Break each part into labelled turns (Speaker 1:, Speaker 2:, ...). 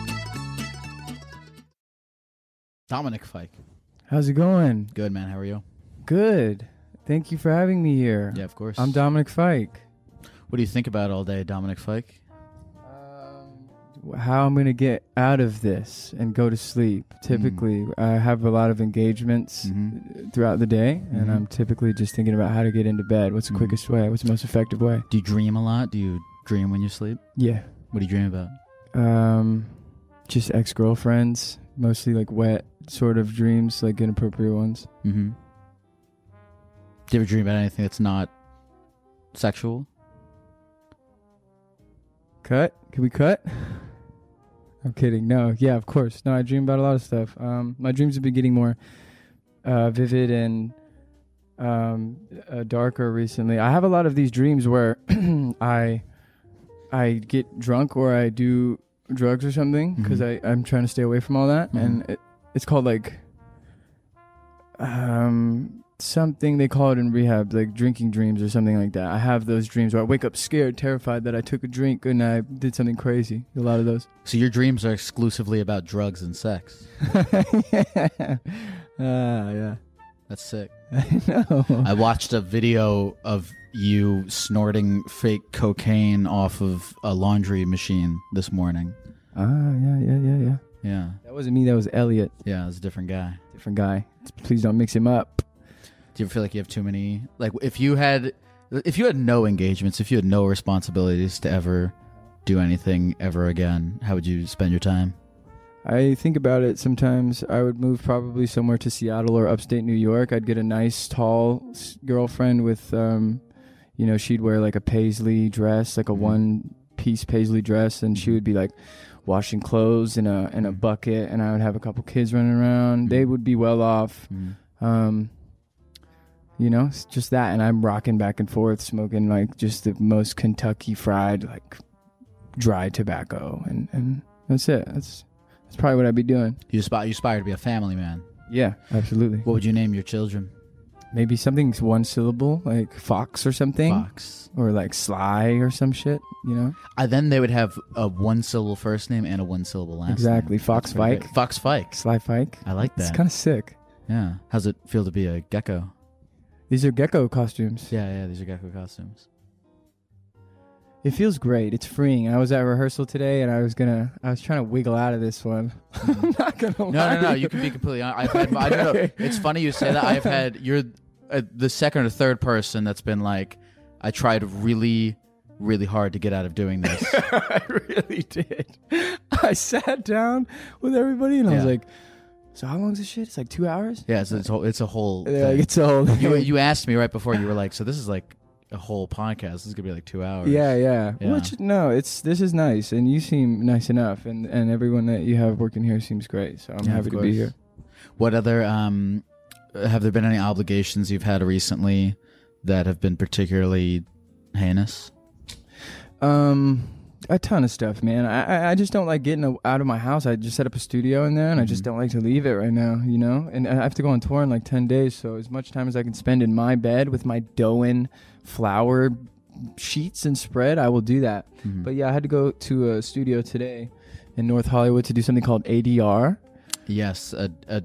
Speaker 1: Dominic Fike.
Speaker 2: How's it going?
Speaker 1: Good man, how are you?
Speaker 2: Good. Thank you for having me here.
Speaker 1: Yeah, of course.
Speaker 2: I'm Dominic Fike.
Speaker 1: What do you think about all day, Dominic Fike?
Speaker 2: How I'm going to get out of this and go to sleep.
Speaker 1: Mm-hmm.
Speaker 2: Typically, I have a lot of engagements uh, throughout the day,
Speaker 1: Mm-hmm.
Speaker 2: and I'm typically just thinking about how to get into bed. What's the quickest way? What's the most effective way?
Speaker 1: Do you dream a lot? Do you dream when you sleep?
Speaker 2: Yeah.
Speaker 1: What do you dream about?
Speaker 2: Um, just ex girlfriends, mostly like wet sort of dreams, like inappropriate ones.
Speaker 1: Mm-hmm. Do you ever dream about anything that's not sexual?
Speaker 2: Cut? Can we cut? I'm kidding. No, yeah, of course. No, I dream about a lot of stuff. Um, my dreams have been getting more uh, vivid and um, uh, darker recently. I have a lot of these dreams where I I get drunk or I do drugs or something because I'm trying to stay away from all that. And it, it's called like um, something they call it in rehab, like drinking dreams or something like that. I have those dreams where I wake up scared, terrified that I took a drink and I did something crazy. A lot of those.
Speaker 1: So your dreams are exclusively about drugs and sex.
Speaker 2: yeah. Ah, yeah.
Speaker 1: That's sick.
Speaker 2: I know.
Speaker 1: I watched a video of you snorting fake cocaine off of a laundry machine this morning.
Speaker 2: Ah, yeah, yeah, yeah, yeah.
Speaker 1: Yeah.
Speaker 2: That wasn't me. That was Elliot,
Speaker 1: Yeah, it's a different guy.
Speaker 2: different guy. Please don't mix him up.
Speaker 1: Do you feel like you have too many? Like, if you had, if you had no engagements, if you had no responsibilities to ever do anything ever again, how would you spend your time?
Speaker 2: I think about it sometimes. I would move probably somewhere to Seattle or upstate New York. I'd get a nice, tall s- girlfriend with, um, you know, she'd wear like a paisley dress, like a one piece paisley dress, and she would be like washing clothes in a in a bucket, and I would have a couple kids running around. They would be well off. Um, you know, it's just that, and I'm rocking back and forth, smoking like just the most Kentucky fried, like dry tobacco, and and that's it. That's that's probably what I'd be doing.
Speaker 1: You aspire, you aspire to be a family man.
Speaker 2: Yeah, absolutely.
Speaker 1: What would you name your children?
Speaker 2: Maybe something's one syllable, like fox or something,
Speaker 1: Fox.
Speaker 2: or like sly or some shit. You know,
Speaker 1: I, then they would have a one syllable first name and a one syllable last
Speaker 2: exactly.
Speaker 1: name.
Speaker 2: Fox Fike,
Speaker 1: Exactly. Fox Fikes.
Speaker 2: sly Fike.
Speaker 1: I like
Speaker 2: It's
Speaker 1: that.
Speaker 2: kind of sick.
Speaker 1: yeah. How's it feel to be a gecko?
Speaker 2: These are gecko costumes.
Speaker 1: Yeah, yeah. These are gecko costumes.
Speaker 2: It feels great. It's freeing. I was at rehearsal today, and I was gonna, I was trying to wiggle out of this one. I'm not gonna.
Speaker 1: Mm-hmm. No, no, no. You can be completely honest. I've had, I don't know. It's funny you say that. I've had you're uh, the second or third person that's been like, I tried really, really hard to get out of doing this.
Speaker 2: I really did. I sat down with everybody, and I was
Speaker 1: Yeah.
Speaker 2: like, "So how long's this shit? It's like two hours."
Speaker 1: yeah, it's, it's, whole, it's a whole.
Speaker 2: They're like,
Speaker 1: thing.
Speaker 2: it's a whole.
Speaker 1: you
Speaker 2: thing."
Speaker 1: you asked me right before you were like, so this is like a whole podcast. This is gonna be like two hours.
Speaker 2: Yeah, yeah,
Speaker 1: Yeah.
Speaker 2: Which no, it's this is nice, and you seem nice enough, and and everyone that you have working here seems great. So I'm
Speaker 1: Yeah,
Speaker 2: happy
Speaker 1: of
Speaker 2: to be
Speaker 1: course.
Speaker 2: here.
Speaker 1: What other um have there been any obligations you've had recently that have been particularly heinous?
Speaker 2: Um, a ton of stuff, man. I I- I just don't like getting a- out of my house. I just set up a studio in there, and I just
Speaker 1: Mm-hmm.
Speaker 2: don't like to leave it right now. You know, and I have to go on tour in like ten days, so as much time as I can spend in my bed with my Doan flower sheets and spread, I will do that.
Speaker 1: Mm-hmm.
Speaker 2: But yeah, I had to go to a studio today in North Hollywood to do something called ADR.
Speaker 1: Yes, a, a,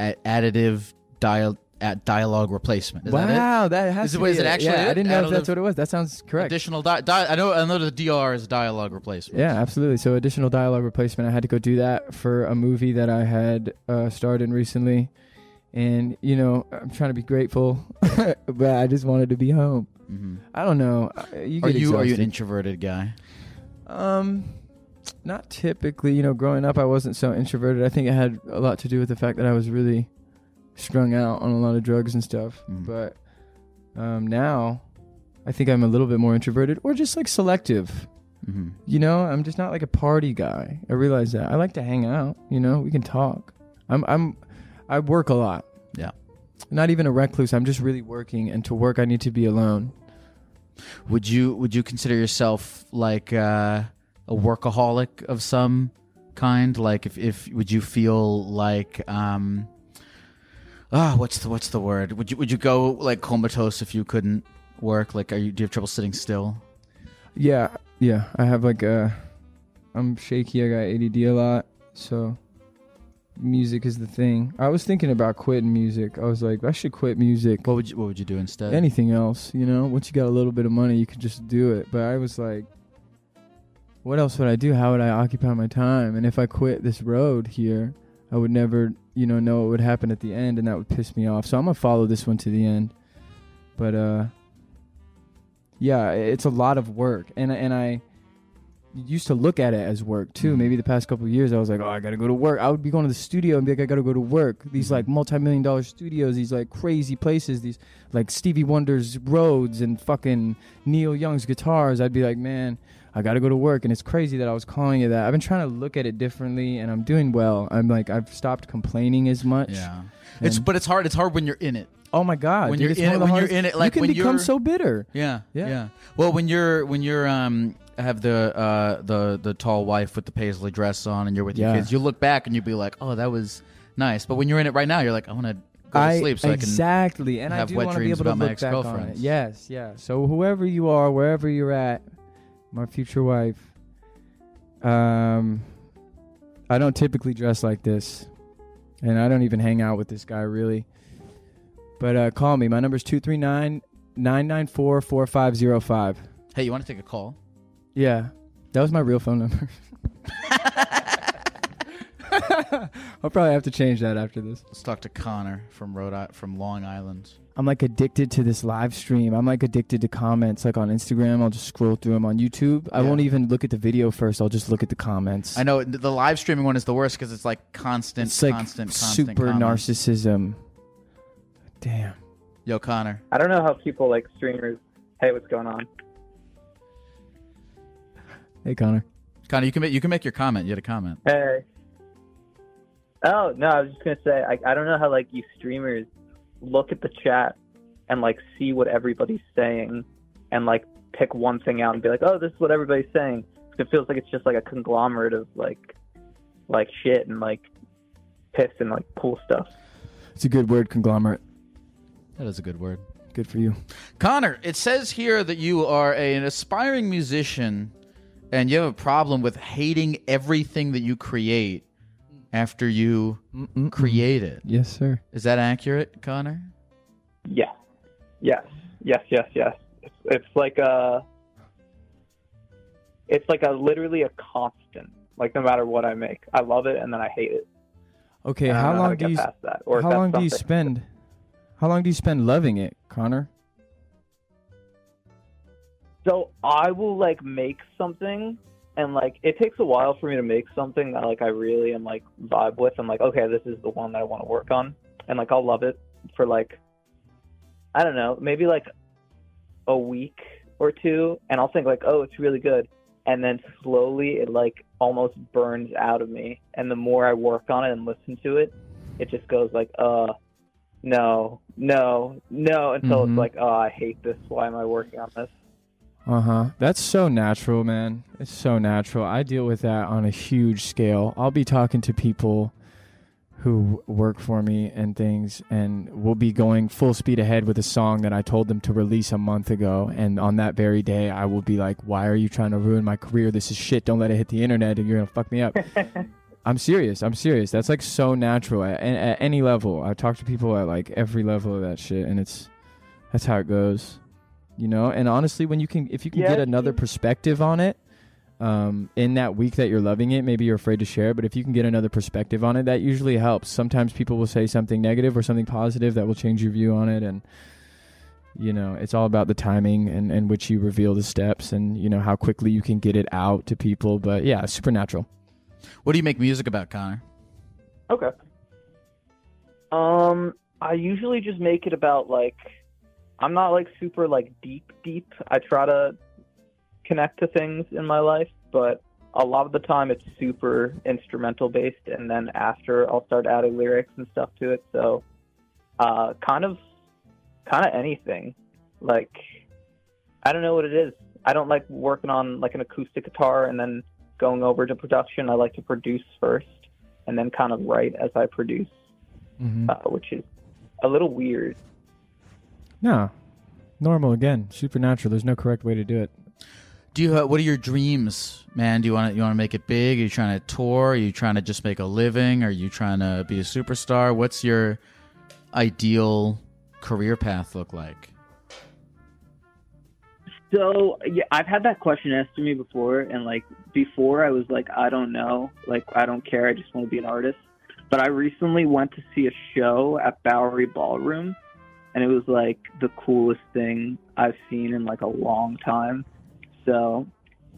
Speaker 1: a additive dial at dialogue replacement. Is that
Speaker 2: wow, that has
Speaker 1: Is it-
Speaker 2: to
Speaker 1: what
Speaker 2: be
Speaker 1: is it actually
Speaker 2: Yeah,
Speaker 1: it?
Speaker 2: I didn't know if
Speaker 1: Additive-
Speaker 2: that's what it was. That sounds
Speaker 1: it?
Speaker 2: correct.
Speaker 1: Additional di- di- I know I know the DR is dialogue replacement.
Speaker 2: Yeah, absolutely. So additional dialogue replacement. I had to go do that for a movie that I had uh, starred in recently, and you know I'm trying to be grateful, but I just wanted to be home.
Speaker 1: Mhm.
Speaker 2: I don't know. I- You
Speaker 1: Are
Speaker 2: get
Speaker 1: you are you
Speaker 2: exhausted.
Speaker 1: an introverted guy?
Speaker 2: Um, not typically. You know, growing up, I wasn't so introverted. I think it had a lot to do with the fact that I was really strung out on a lot of drugs and stuff.
Speaker 1: Mhm.
Speaker 2: But um, now, I think I'm a little bit more introverted, or just like selective.
Speaker 1: Mm-hmm.
Speaker 2: You know, I'm just not like a party guy. I realize that. I like to hang out. You know, we can talk. I'm I'm I work a lot.
Speaker 1: Yeah.
Speaker 2: Not even a recluse. I'm just really working, and to work, I need to be alone.
Speaker 1: Would you would you consider yourself like uh, a workaholic of some kind? Like if, if would you feel like um ah what's the what's the word? Would you would you go like comatose if you couldn't work? Like are you do you have trouble sitting still?
Speaker 2: Yeah, yeah. I have like a, I'm shaky. I got ADD a lot, so music is the thing. I was thinking about quitting music. I was like, I should quit music.
Speaker 1: What would you what would you do instead?
Speaker 2: Anything else, you know? Once you got a little bit of money, you could just do it. But I was like, what else would I do? How would I occupy my time? And if I quit this road here, I would never, you know, know what would happen at the end, and that would piss me off. So I'm gonna follow this one to the end. But uh, yeah, it's a lot of work, and and I used to look at it as work too.
Speaker 1: Mhm.
Speaker 2: Maybe the past couple of years, I was like, oh, I gotta go to work. I would be going to the studio and be like, I gotta go to work. These
Speaker 1: Mhm.
Speaker 2: like multi-million dollar studios, these like crazy places, these like Stevie Wonder's roads and fucking Neil Young's guitars. I'd be like, man, I got to go to work, and it's crazy that I was calling you that. I've been trying to look at it differently, and I'm doing well. I'm like, I've stopped complaining as much.
Speaker 1: Yeah. It's
Speaker 2: And-
Speaker 1: but it's hard. It's hard when you're in it.
Speaker 2: Oh my god,
Speaker 1: When
Speaker 2: dude,
Speaker 1: you're
Speaker 2: it's
Speaker 1: in
Speaker 2: one
Speaker 1: it-
Speaker 2: of the
Speaker 1: when you're
Speaker 2: hardest-
Speaker 1: in it, like,
Speaker 2: you can
Speaker 1: when
Speaker 2: become
Speaker 1: you're-
Speaker 2: so bitter.
Speaker 1: Yeah,
Speaker 2: Yeah.
Speaker 1: yeah, Well, when you're when you're um have the uh the the tall wife with the paisley dress on and you're with
Speaker 2: Yeah.
Speaker 1: your kids, you look back and you'll be like, oh, that was nice. But when you're in it right now, you're like, I want to go to
Speaker 2: I
Speaker 1: sleep so I
Speaker 2: exactly, and I
Speaker 1: have
Speaker 2: do
Speaker 1: wet
Speaker 2: want to be
Speaker 1: dreams
Speaker 2: able to
Speaker 1: about my
Speaker 2: look back on it.
Speaker 1: ex-girlfriends.
Speaker 2: Yes, yeah. So whoever you are, wherever you're at, my future wife, um, I don't typically dress like this, and I don't even hang out with this guy really. But uh, call me. My number's 239 994 4505.
Speaker 1: can. Hey, you want to take a call?
Speaker 2: Yeah. That was my real phone number. I'll probably have to change that after this.
Speaker 1: Let's talk to Connor from Rhode I- from Long Island.
Speaker 2: I'm like addicted to this live stream. I'm like addicted to comments like on Instagram. I'll just scroll through them on YouTube. I
Speaker 1: Yeah.
Speaker 2: won't even look at the video first. I'll just look at the comments.
Speaker 1: I know the live streaming one is the worst because it's like constant,
Speaker 2: it's like
Speaker 1: constant, constant.
Speaker 2: super
Speaker 1: comments.
Speaker 2: narcissism. Damn.
Speaker 1: Yo, Connor.
Speaker 3: I don't know how people like streamers. Hey, what's going on?
Speaker 2: Hey Connor.
Speaker 1: Connor, you can make you can make your comment. You had a comment.
Speaker 3: Hey. Oh no, I was just gonna say I, I don't know how like you streamers look at the chat and like see what everybody's saying and like pick one thing out and be like, oh, this is what everybody's saying. It feels like it's just like a conglomerate of like like shit and like piss and like cool stuff.
Speaker 2: It's a good word conglomerate.
Speaker 1: That is a good word.
Speaker 2: Good for you.
Speaker 1: Connor, it says here that you are a- an aspiring musician and you have a problem with hating everything that you create after you create it.
Speaker 2: Yes, sir.
Speaker 1: Is that accurate, Connor?
Speaker 3: Yes. Yes. Yes, yes, yes. It's, it's like a it's like a literally a constant. Like no matter what I make, I love it and then I hate it.
Speaker 2: Okay,
Speaker 3: I don't
Speaker 2: how
Speaker 3: know
Speaker 2: long
Speaker 3: to
Speaker 2: do
Speaker 3: get
Speaker 2: you
Speaker 3: past that, or if
Speaker 2: how
Speaker 3: that's
Speaker 2: long do you
Speaker 3: something-
Speaker 2: spend how long do you spend loving it, Connor?
Speaker 3: So I will like make something, and like it takes a while for me to make something that like I really am like vibe with. I'm like, okay, this is the one that I want to work on, and like I'll love it for like, I don't know, maybe like a week or two, and I'll think like, oh, it's really good, and then slowly it like almost burns out of me, and the more I work on it and listen to it, it just goes like, uh. No, no, no, until
Speaker 2: Mhm.
Speaker 3: it's like, oh, I hate this. Why am I working on this?
Speaker 2: Uh huh. That's so natural, man. It's so natural. I deal with that on a huge scale. I'll be talking to people who work for me and things, and we'll be going full speed ahead with a song that I told them to release a month ago. And on that very day, I will be like, Why are you trying to ruin my career? This is shit. Don't let it hit the internet, or you're going to fuck me up. I'm serious. I'm serious. That's like so natural at, at, at any level. I talk to people at like every level of that shit, and it's that's how it goes, you know. And honestly, when you can, if you can
Speaker 3: Yeah,
Speaker 2: get
Speaker 3: it
Speaker 2: another
Speaker 3: seems-
Speaker 2: perspective on it, um, in that week that you're loving it, maybe you're afraid to share, but if you can get another perspective on it, that usually helps. Sometimes people will say something negative or something positive that will change your view on it, and you know, it's all about the timing and and which you reveal the steps and you know how quickly you can get it out to people. But yeah, it's supernatural.
Speaker 1: What do you make music about, Connor?
Speaker 3: Okay. Um, I usually just make it about like I'm not like super like deep deep. I try to connect to things in my life, but a lot of the time it's super instrumental based and then after I'll start adding lyrics and stuff to it. So uh kind of kind of anything. Like I don't know what it is. I don't like working on like an acoustic guitar and then going over to production. I like to produce first and then kind of write as I produce,
Speaker 2: Mm-hmm.
Speaker 3: uh, which is a little weird.
Speaker 2: No. Normal again. Supernatural. There's no correct way to do it.
Speaker 1: Do you? Uh, what are your dreams, man? Do you want to you want to make it big? Are you trying to tour? Are you trying to just make a living? Are you trying to be a superstar? What's your ideal career path look like?
Speaker 3: So yeah, I've had that question asked to me before, and like before, I was like, I don't know, like I don't care, I just want to be an artist. But I recently went to see a show at Bowery Ballroom, and it was like the coolest thing I've seen in like a long time. So,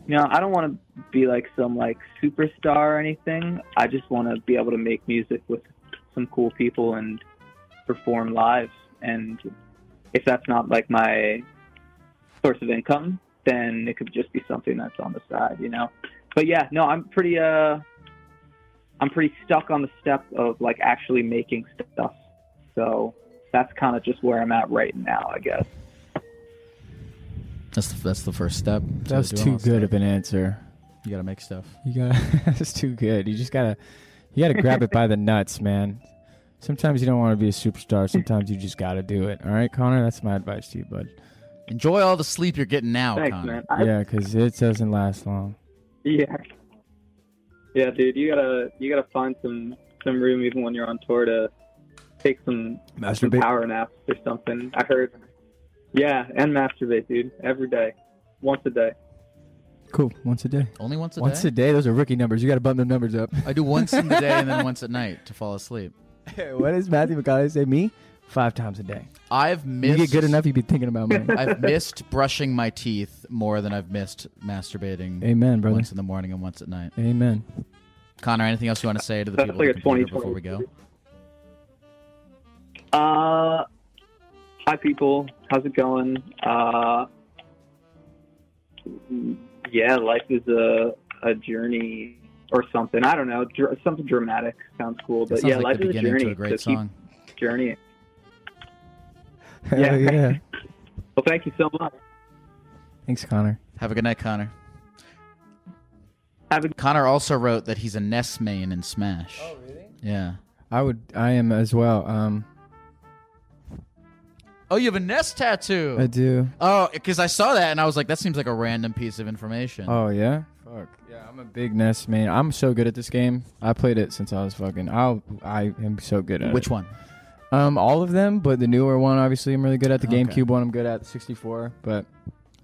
Speaker 3: you know, I don't want to be like some like superstar or anything. I just want to be able to make music with some cool people and perform live. And if that's not like my source of income, then it could just be something that's on the side, you know. But yeah, no, I'm pretty uh I'm pretty stuck on the step of like actually making stuff. So that's kind of just where I'm at right now, I guess.
Speaker 1: That's the, that's the first step. to
Speaker 2: That was
Speaker 1: doing
Speaker 2: too
Speaker 1: all
Speaker 2: good
Speaker 1: stuff.
Speaker 2: of an answer.
Speaker 1: You got to make stuff.
Speaker 2: You gotta that's too good. You just gotta you gotta grab it by the nuts, man. Sometimes you don't want to be a superstar. Sometimes you just gotta do it. All right, Connor, that's my advice to you, bud.
Speaker 1: Enjoy all the sleep you're getting now,
Speaker 3: Thanks,
Speaker 1: Connor.
Speaker 3: man. I,
Speaker 2: Yeah, because it doesn't last long.
Speaker 3: yeah. Yeah, dude, you gotta you gotta find some some room even when you're on tour to take some some power naps or something. I heard. Yeah, and masturbate, dude, every day, once a day.
Speaker 2: Cool. Once a day.
Speaker 1: Only once a
Speaker 2: Once
Speaker 1: day.
Speaker 2: a day. Those are rookie numbers. You gotta bump them numbers up.
Speaker 1: I do once in the day and then once at night to fall asleep.
Speaker 2: what does Matthew McConaughey say? Me? Five times a day.
Speaker 1: I've missed.
Speaker 2: You get good enough, you be thinking about money.
Speaker 1: I've missed brushing my teeth more than I've missed masturbating.
Speaker 2: Amen, brother.
Speaker 1: Once in the morning and once at night.
Speaker 2: Amen.
Speaker 1: Connor, anything else you want to say to the
Speaker 3: That's
Speaker 1: people
Speaker 3: like
Speaker 1: at the
Speaker 3: a
Speaker 1: computer
Speaker 3: 20,
Speaker 1: before we go?
Speaker 3: Uh, hi people, how's it going? Uh, yeah, life is a a journey or something. I don't know, dr- something dramatic sounds cool,
Speaker 1: That
Speaker 3: but
Speaker 1: sounds
Speaker 3: yeah,
Speaker 1: like
Speaker 3: life
Speaker 1: the
Speaker 3: is a
Speaker 1: beginning
Speaker 3: journey.
Speaker 1: to a great
Speaker 3: so keep
Speaker 1: song.
Speaker 3: journeying.
Speaker 2: Hell
Speaker 3: Yeah.
Speaker 2: yeah.
Speaker 3: Well, thank you so much.
Speaker 2: Thanks, Connor.
Speaker 1: Have a good night, Connor.
Speaker 3: Have a
Speaker 1: Connor also wrote that he's a Ness main in Smash. Oh, really? Yeah.
Speaker 2: I would. I am as well. Um,
Speaker 1: Oh, you have a Ness tattoo.
Speaker 2: I do.
Speaker 1: oh, because I saw that and I was like, that seems like a random piece of information.
Speaker 2: Oh yeah. Fuck yeah! I'm a big Ness man. I'm so good at this game. I played it since I was fucking. I I am so good at
Speaker 1: Which
Speaker 2: it.
Speaker 1: one?
Speaker 2: Which um all of them, but the newer one obviously I'm really good at. The
Speaker 1: Okay.
Speaker 2: GameCube one I'm good at. The 64, but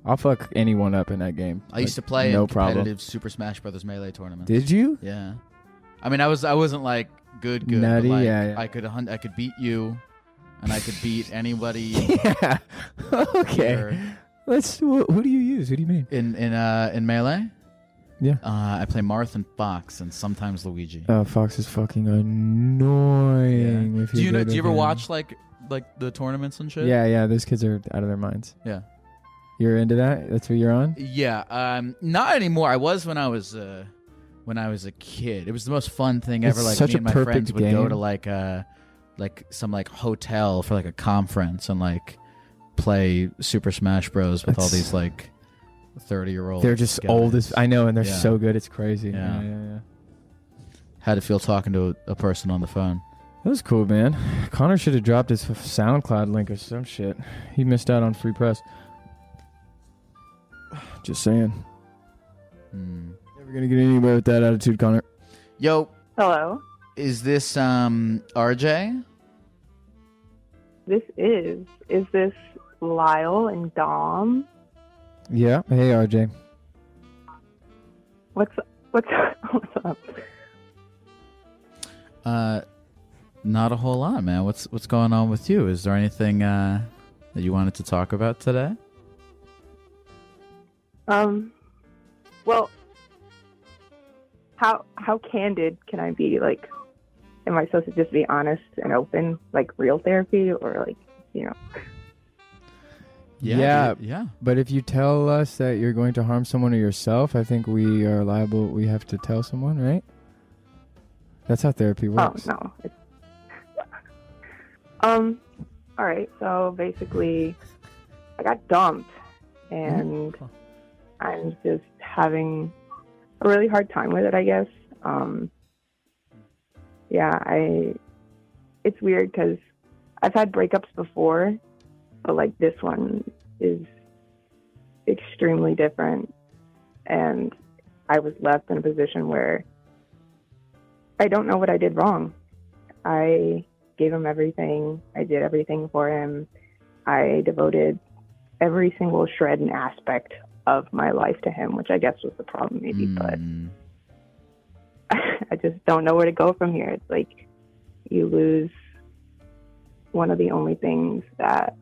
Speaker 2: I'll fuck anyone up in that game.
Speaker 1: I used to play
Speaker 2: no
Speaker 1: in competitive
Speaker 2: problem.
Speaker 1: Super Smash Brothers Melee tournament.
Speaker 2: Did you?
Speaker 1: Yeah, I mean, I was I wasn't like good, good.
Speaker 2: Nutty,
Speaker 1: but, like,
Speaker 2: yeah, yeah.
Speaker 1: I could hunt, I could beat you, and I could beat anybody
Speaker 2: Yeah.
Speaker 1: here
Speaker 2: okay. Let's. Who, who do you use? Who do you mean?
Speaker 1: in in uh in melee.
Speaker 2: Yeah.
Speaker 1: uh, I play Marth and Fox, and sometimes Luigi.
Speaker 2: Oh, Fox is fucking
Speaker 1: Yeah.
Speaker 2: annoying. with
Speaker 1: Do
Speaker 2: his
Speaker 1: you know?
Speaker 2: little
Speaker 1: Do you ever
Speaker 2: game.
Speaker 1: watch like like the tournaments and shit?
Speaker 2: Yeah, yeah. Those kids are out of their minds.
Speaker 1: Yeah.
Speaker 2: You're into that? That's what you're on?
Speaker 1: Yeah, um, not anymore. I was when I was uh, when I was a kid. It was the most fun thing
Speaker 2: It's
Speaker 1: ever. Like
Speaker 2: such
Speaker 1: me
Speaker 2: a
Speaker 1: and my
Speaker 2: perfect
Speaker 1: friends would go
Speaker 2: game.
Speaker 1: to like uh, like some like hotel for like a conference and like play Super Smash Bros with all
Speaker 2: That's-
Speaker 1: these like thirty year old.
Speaker 2: They're just old as I know, and they're
Speaker 1: Yeah.
Speaker 2: so good. It's crazy.
Speaker 1: Yeah.
Speaker 2: Yeah. yeah, yeah,
Speaker 1: How to feel talking to a, a person on the phone?
Speaker 2: That was cool, man. Connor should have dropped his f- SoundCloud link or some shit. He missed out on free press. Just saying.
Speaker 1: Hmm.
Speaker 2: Never gonna get anywhere with that attitude, Connor.
Speaker 1: Yo,
Speaker 4: Hello.
Speaker 1: Is this um RJ?
Speaker 4: This is. Is this Lyle and Dom?
Speaker 2: Yeah. Hey, RJ.
Speaker 4: What's what's what's up?
Speaker 1: Uh, not a whole lot, man. What's what's going on with you? Is there anything uh that you wanted to talk about today?
Speaker 4: Um. Well, how how candid can I be? Like, am I supposed to just be honest and open, like real therapy, or like you know?
Speaker 2: Yeah.
Speaker 1: dude, yeah.
Speaker 2: But if you tell us that you're going to harm someone or yourself, I think we are liable. We have to tell someone, right? That's how therapy works.
Speaker 4: Oh no. It's... um. All right. So basically, I got dumped, and I'm just having a really hard time with it. I guess. Um. Yeah. I. It's weird because I've had breakups before, but like this one is extremely different, and I was left in a position where. I don't know what I did wrong. I gave him everything. I did everything for him. I devoted every single shred and aspect of my life to him, which I guess was the problem, maybe. But
Speaker 1: Mm,
Speaker 4: I just don't know where to go from here. It's like you lose one of the only things that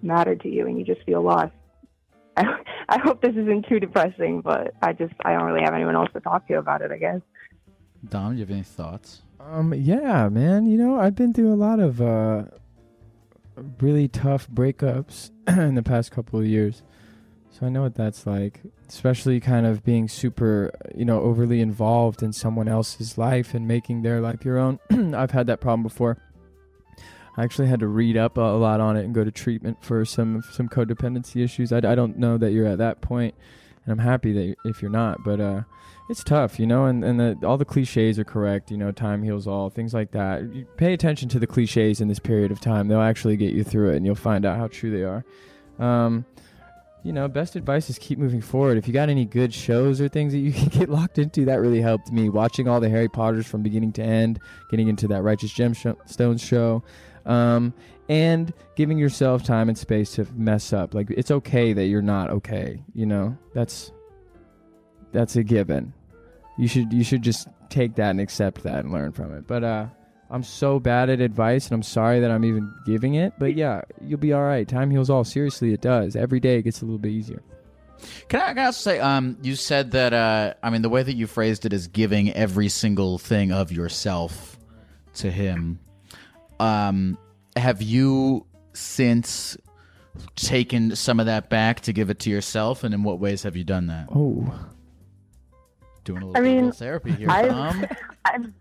Speaker 4: mattered to you, and you just feel lost. I, I hope this isn't too depressing, but I just I don't really have anyone else to talk to about it. I guess.
Speaker 1: Dom, do you have any thoughts?
Speaker 2: Um, yeah, man. You know, I've been through a lot of uh, really tough breakups in the past couple of years. So I know what that's like, especially kind of being super, you know, overly involved in someone else's life and making their life your own. I've had that problem before. I actually had to read up a lot on it and go to treatment for some some codependency issues. I, I don't know that you're at that point, and I'm happy that you- if you're not, but uh, it's tough, you know, and, and the, all the cliches are correct, you know, time heals all, things like that. You pay attention to the cliches in this period of time. They'll actually get you through it and you'll find out how true they are. Um, you know, best advice is keep moving forward. If you got any good shows or things that you can get locked into, that really helped me. Watching all the Harry Potters from beginning to end, getting into that Righteous Gemstones show, um, and giving yourself time and space to mess up. Like, it's okay that you're not okay, you know? That's. That's a given you should you should just take that and accept that and learn from it. But uh I'm so bad at advice and I'm sorry that I'm even giving it, but yeah, you'll be all right. Time heals all. Seriously, it does. Every day it gets a little bit easier.
Speaker 1: Can I, can I also say, um, you said that, uh, I mean, the way that you phrased it is giving every single thing of yourself to him. Um, have you since taken some of that back to give it to yourself? And in what ways have you done that?
Speaker 2: Oh.
Speaker 1: Doing a
Speaker 4: I
Speaker 1: little, bit of
Speaker 4: mean,
Speaker 1: little therapy here,
Speaker 4: I've-
Speaker 1: Tom.
Speaker 4: I've,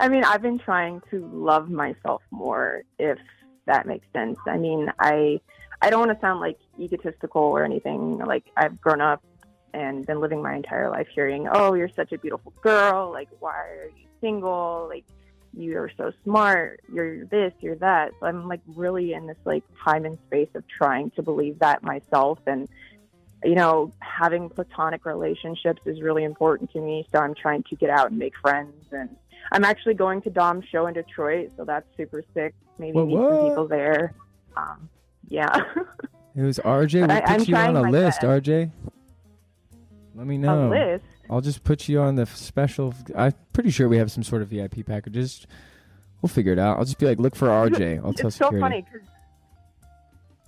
Speaker 4: I mean, I've been trying to love myself more, if that makes sense. I mean, I I don't want to sound like egotistical or anything. Like I've grown up and been living my entire life hearing, "Oh, you're such a beautiful girl. Like, why are you single? Like, you're so smart. You're this. You're that." So I'm like really in this like time and space of trying to believe that myself and you know, having platonic relationships is really important to me. So I'm trying to get out and make friends. And I'm actually going to Dom's show in Detroit. So that's super sick. Maybe
Speaker 2: Whoa,
Speaker 4: meet
Speaker 2: what?
Speaker 4: some people there. Um, yeah.
Speaker 2: It was RJ.
Speaker 4: But
Speaker 2: We'll
Speaker 4: I- I'm
Speaker 2: put you on
Speaker 4: trying
Speaker 2: a
Speaker 4: my
Speaker 2: list,
Speaker 4: best.
Speaker 2: RJ. Let me know.
Speaker 4: A list.
Speaker 2: I'll just put you on the f- special. I'm pretty sure we have some sort of VIP packages. We'll figure it out. I'll just be like, look for RJ. I'll tell
Speaker 4: it's so
Speaker 2: security.
Speaker 4: funny 'cause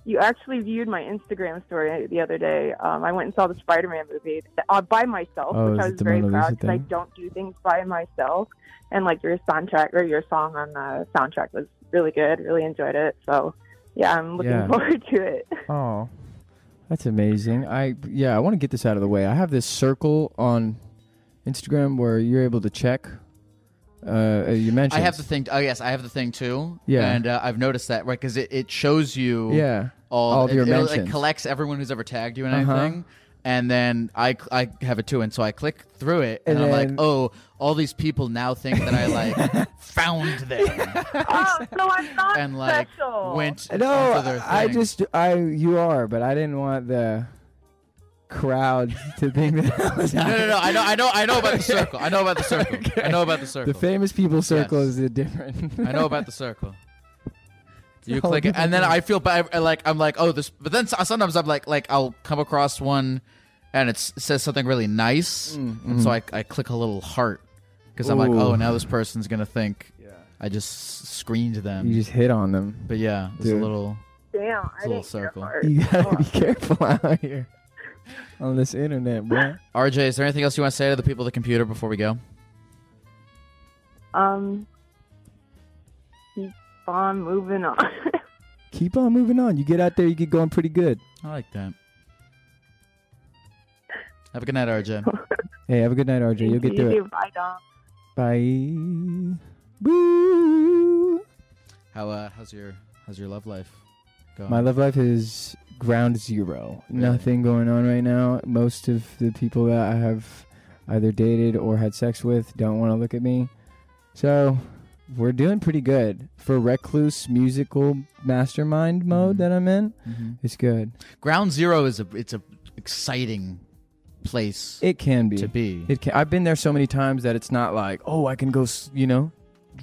Speaker 4: you actually viewed my Instagram story the other day. Um, I went and saw the Spider-Man movie uh, by myself,
Speaker 2: Oh,
Speaker 4: which
Speaker 2: is
Speaker 4: I
Speaker 2: it
Speaker 4: was
Speaker 2: the
Speaker 4: very
Speaker 2: Mona
Speaker 4: proud
Speaker 2: Lisa
Speaker 4: because I
Speaker 2: thing?
Speaker 4: don't do things by myself. And like your soundtrack or your song on the soundtrack was really good. Really enjoyed it. So yeah, I'm looking
Speaker 2: Yeah.
Speaker 4: forward to it.
Speaker 2: Oh, that's amazing. I yeah, I want to get this out of the way. I have this circle on Instagram where you're able to check. Uh, you mentioned.
Speaker 1: I have the thing. Oh, yes, I have the thing too.
Speaker 2: Yeah.
Speaker 1: And uh, I've noticed that, right? Because it, it shows you.
Speaker 2: yeah.
Speaker 1: all,
Speaker 2: All of
Speaker 1: it-
Speaker 2: your
Speaker 1: it'll-
Speaker 2: mentions.
Speaker 1: It collects everyone who's ever tagged you in
Speaker 2: Uh-huh.
Speaker 1: anything, and then I cl- I have it too, and so I click through it, and,
Speaker 2: And
Speaker 1: I'm
Speaker 2: then-
Speaker 1: like, oh, all these people now think that I like found them
Speaker 4: oh, so I'm not
Speaker 1: and like
Speaker 4: special.
Speaker 1: went
Speaker 2: Oh. No,
Speaker 1: onto their
Speaker 2: I
Speaker 1: thing.
Speaker 2: just I you are, but I didn't want the crowd to think that I was
Speaker 1: No, no, no. I know, I know, I know about the circle. I know about the circle.
Speaker 2: Okay.
Speaker 1: I know about the circle.
Speaker 2: The famous people circle
Speaker 1: Yes.
Speaker 2: is the different.
Speaker 1: I know about the circle.
Speaker 2: a
Speaker 1: You
Speaker 2: whole
Speaker 1: click it,
Speaker 2: different
Speaker 1: and then
Speaker 2: thing.
Speaker 1: I feel bad. I- Like I'm like, oh, this. But then so- sometimes I'm like, like I'll come across one, and it's, it says something really nice, and so I, I click a little heart because I'm like,
Speaker 2: Mm-hmm. Ooh.
Speaker 1: oh, now this person's gonna think I just screened them.
Speaker 2: you just hit on them.
Speaker 1: but yeah, it's a
Speaker 2: Dude.
Speaker 1: little.
Speaker 4: Damn, I didn't
Speaker 1: Little
Speaker 4: get
Speaker 1: circle.
Speaker 4: hard.
Speaker 2: You gotta
Speaker 4: Fuck.
Speaker 2: be careful out here on this internet, bro.
Speaker 1: RJ, is there anything else you want to say to the people at the computer before we go?
Speaker 4: Um, keep on moving on.
Speaker 2: Keep on moving on. You get out there, you get going pretty good.
Speaker 1: I like that. Have a good night, RJ.
Speaker 2: Hey, have a good night, RJ. You'll get through it.
Speaker 4: do. Bye, Dom.
Speaker 2: Bye. Boo.
Speaker 1: How uh, how's your how's your love life going?
Speaker 2: My love life is ground zero.
Speaker 1: Really?
Speaker 2: Nothing going on right now. Most of the people that I have either dated or had sex with don't want to look at me. So we're doing pretty good for recluse musical mastermind mode
Speaker 1: Mhm.
Speaker 2: that I'm in.
Speaker 1: Mhm.
Speaker 2: It's good.
Speaker 1: Ground Zero is a it's a exciting place
Speaker 2: It can be.
Speaker 1: to be.
Speaker 2: It can, I've been there so many times that it's not like oh I can go s- you know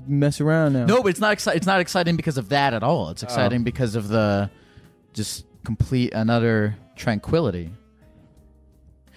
Speaker 2: mess around now.
Speaker 1: no, but it's not exci- it's not exciting because of that at all.
Speaker 2: Oh.
Speaker 1: It's exciting because of the just complete another tranquility.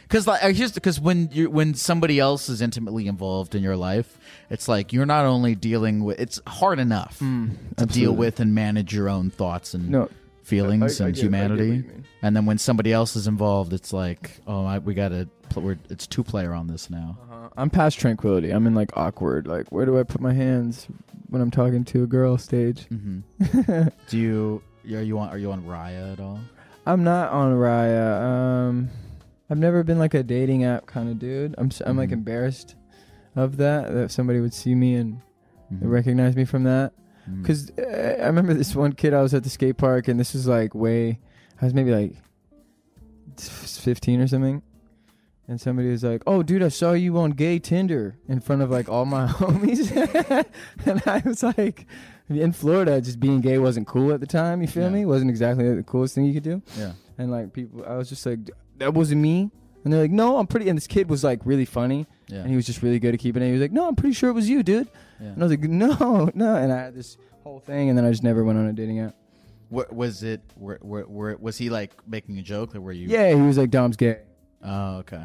Speaker 1: Because like uh, I just because when you when somebody else is intimately involved in your life, it's like you're not only dealing with it's hard enough Mm, to deal
Speaker 2: absolutely.
Speaker 1: with and manage your own thoughts and
Speaker 2: No.
Speaker 1: feelings
Speaker 2: I- I
Speaker 1: and
Speaker 2: get- I get what you
Speaker 1: humanity.
Speaker 2: mean.
Speaker 1: And then when somebody else is involved, it's like oh I, we gotta pl- we're, it's two player on this now.
Speaker 2: Uh, I'm past tranquility. I'm in like awkward. Like where do I put my hands when I'm talking to a girl stage?
Speaker 1: hmm Do you are you on are you on Raya at all?
Speaker 2: I'm not on Raya. Um, I've never been like a dating app kind of dude. I'm s- I'm like
Speaker 1: Mhm.
Speaker 2: embarrassed of that that somebody would see me and
Speaker 1: Mhm.
Speaker 2: recognize me from that.
Speaker 1: Mhm.
Speaker 2: Because uh, I remember this one kid, I was at the skate park, and this was like way, I was maybe like 15 or something. And somebody was like, oh, dude, I saw you on gay Tinder in front of like all my homies. and I was like, in Florida, just being gay wasn't cool at the time. You feel
Speaker 1: Yeah.
Speaker 2: me? Wasn't exactly the coolest thing you could do
Speaker 1: yeah.
Speaker 2: and like people i was just like that wasn't me and they're like no i'm pretty and this kid was like really funny
Speaker 1: Yeah.
Speaker 2: and he was just really good at keeping it he was like no i'm pretty sure it was you dude
Speaker 1: Yeah.
Speaker 2: and i was like no no and i had this whole thing and then i just never went on a dating app
Speaker 1: Wa- was it? Were, were, were, was he like making a joke, or were you?
Speaker 2: yeah he was like dom's gay
Speaker 1: Oh, okay.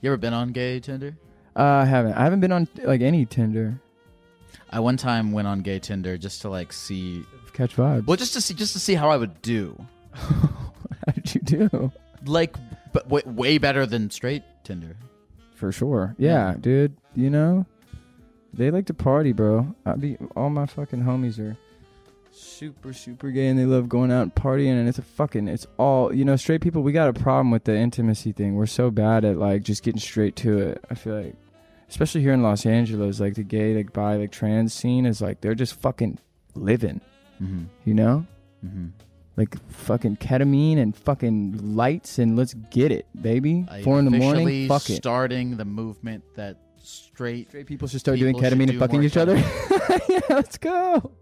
Speaker 1: You ever been on gay Tinder?
Speaker 2: uh, i haven't i haven't been on like any tinder
Speaker 1: I one time went on gay Tinder just to like see,
Speaker 2: catch vibes
Speaker 1: well, just to see, just to see how I would do.
Speaker 2: how did you do
Speaker 1: Like, but w- way better than straight Tinder.
Speaker 2: for sure yeah,
Speaker 1: Yeah.
Speaker 2: dude you know they like to party bro i be all my fucking homies are super super gay and they love going out and partying and it's a fucking it's all you know straight people we got a problem with the intimacy thing we're so bad at like just getting straight to it i feel like especially here in los angeles like the gay like bi like trans scene is like they're just fucking living
Speaker 1: Mm-hmm.
Speaker 2: you know
Speaker 1: Mm-hmm.
Speaker 2: like fucking ketamine and fucking lights and let's get it baby four in the morning fuck it
Speaker 1: starting the movement that straight.
Speaker 2: straight people should start
Speaker 1: people
Speaker 2: doing
Speaker 1: should
Speaker 2: ketamine
Speaker 1: do
Speaker 2: and fucking
Speaker 1: more
Speaker 2: each other yeah let's go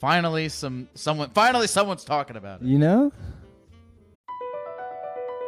Speaker 1: Finally, some someone. Finally, someone's talking about it.
Speaker 2: you know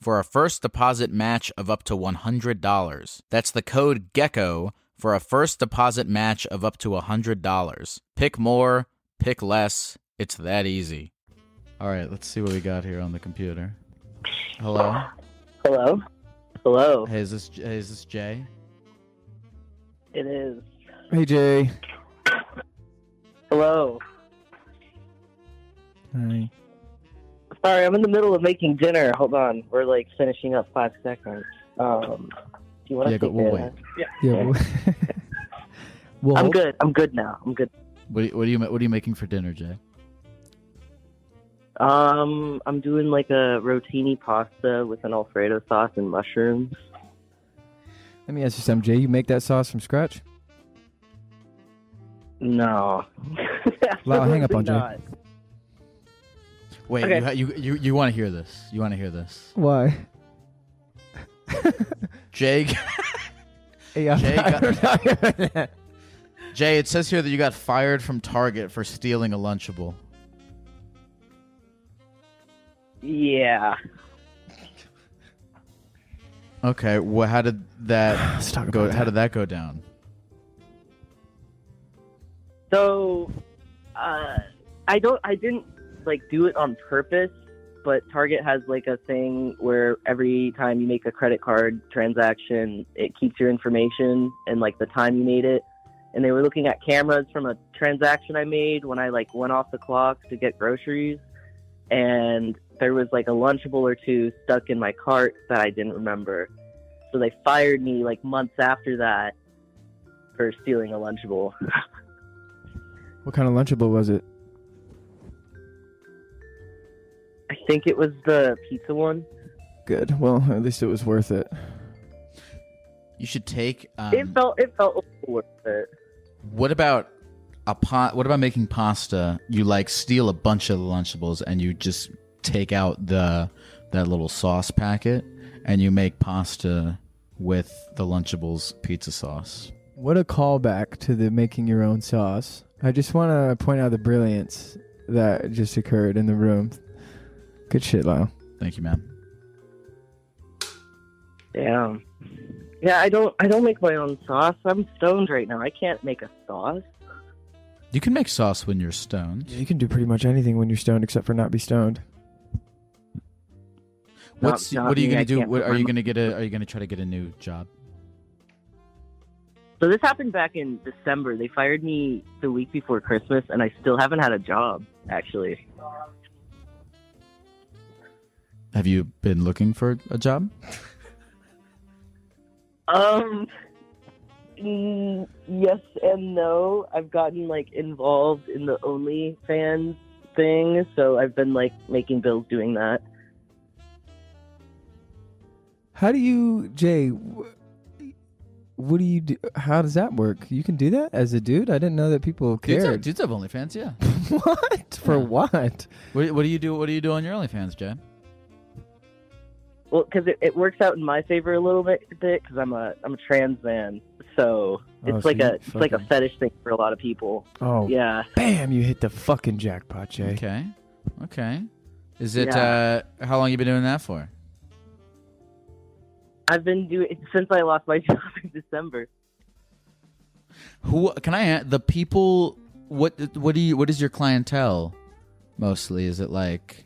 Speaker 5: for a first deposit match of up to $100. That's the code GECKO for a first deposit match of up to $100. Pick more, pick less. It's that easy.
Speaker 1: All right, let's see what we got here on the computer. Hello.
Speaker 6: Hello? Hello.
Speaker 1: Hey, is this hey, is this Jay?
Speaker 6: It is.
Speaker 2: Hey Jay.
Speaker 6: Hello.
Speaker 2: Hi.
Speaker 6: Sorry, I'm in the middle of making dinner. Hold on. We're like finishing up five seconds. Um, do you want to
Speaker 1: Yeah, go- we'll wait.
Speaker 2: Yeah.
Speaker 6: Okay.
Speaker 2: well- well,
Speaker 6: I'm good. I'm good now. I'm good.
Speaker 1: What do you, what do you ma- what are you making for dinner, Jay?
Speaker 6: Um, I'm doing like a rotini pasta with an Alfredo sauce and mushrooms.
Speaker 2: Let me ask you something, Jay. You make that sauce from scratch?
Speaker 6: No.
Speaker 2: Wow, hang up on Jay.
Speaker 6: Not.
Speaker 1: Wait,
Speaker 6: Okay.
Speaker 1: you, ha- you you you want to hear this? You want to hear this?
Speaker 2: Why?
Speaker 1: Jay,
Speaker 2: Hey, I'm,
Speaker 1: Jay got-
Speaker 2: I'm not hearing that.
Speaker 1: Jay, it says here that you got fired from Target for stealing a Lunchable.
Speaker 6: Yeah.
Speaker 1: Okay, well, how did that
Speaker 2: Let's talk
Speaker 1: go?
Speaker 2: about
Speaker 1: How did that go down?
Speaker 6: So, uh, I don't. I didn't like do it on purpose. But Target has like a thing where every time you make a credit card transaction, it keeps your information and like the time you made it. And they were looking at cameras from a transaction I made when I like went off the clock to get groceries, and there was like a Lunchable or two stuck in my cart that I didn't remember. So they fired me like months after that for stealing a Lunchable.
Speaker 2: What kind of lunchable was it?
Speaker 6: I think it was the pizza one.
Speaker 2: Good. Well, at least it was worth it.
Speaker 1: You should take.
Speaker 6: it
Speaker 1: Um,
Speaker 6: felt it felt worth it.
Speaker 1: what about a pot? What about making pasta? You like steal a bunch of the Lunchables and you just take out the that little sauce packet and you make pasta with the Lunchables pizza sauce.
Speaker 2: What a callback to the making your own sauce. I just want to point out the brilliance that just occurred in the room. Good shit, Lyle.
Speaker 1: Thank you, ma'am.
Speaker 6: Damn. Yeah, I don't I don't make my own sauce. I'm stoned right now. I can't make a sauce.
Speaker 1: You can make sauce when you're stoned.
Speaker 2: You can do pretty much anything when you're stoned except for not be stoned.
Speaker 6: Not-
Speaker 1: What's
Speaker 6: not
Speaker 1: what are you
Speaker 6: me, I
Speaker 1: gonna do?
Speaker 6: can't
Speaker 1: What
Speaker 6: put
Speaker 1: are
Speaker 6: my
Speaker 1: you
Speaker 6: mo-
Speaker 1: gonna get a? Are you gonna try to get a new job?
Speaker 6: So this happened back in December. They fired me the week before Christmas, and I still haven't had a job. Actually,
Speaker 1: Have you been looking for a job?
Speaker 6: um, mm, yes and no. I've gotten like involved in the OnlyFans thing, so I've been like making bills doing that.
Speaker 2: How do you, Jay? wh- What do you do? How does that work? You can do that as a dude? I didn't know that people
Speaker 1: Dudes have,
Speaker 2: cared.
Speaker 1: dudes have OnlyFans, yeah.
Speaker 2: what? For
Speaker 1: Yeah.
Speaker 2: what?
Speaker 1: what, what do you do? What do you do on your OnlyFans, Jay?
Speaker 6: Well, because it, it works out in my favor a little bit because I'm a I'm a trans man, so it's
Speaker 2: Oh, so
Speaker 6: like
Speaker 2: you
Speaker 6: a it's like a
Speaker 2: fucking-
Speaker 6: fetish thing for a lot of people.
Speaker 2: Oh,
Speaker 6: Yeah,
Speaker 2: bam! You hit the fucking jackpot, Jay.
Speaker 1: Okay, okay. Is it
Speaker 6: Yeah.
Speaker 1: uh, how long you been doing that for?
Speaker 6: I've been doing since I lost my job in December.
Speaker 1: Who can I? a- The people. What what do you? What is your clientele? Mostly, is it like?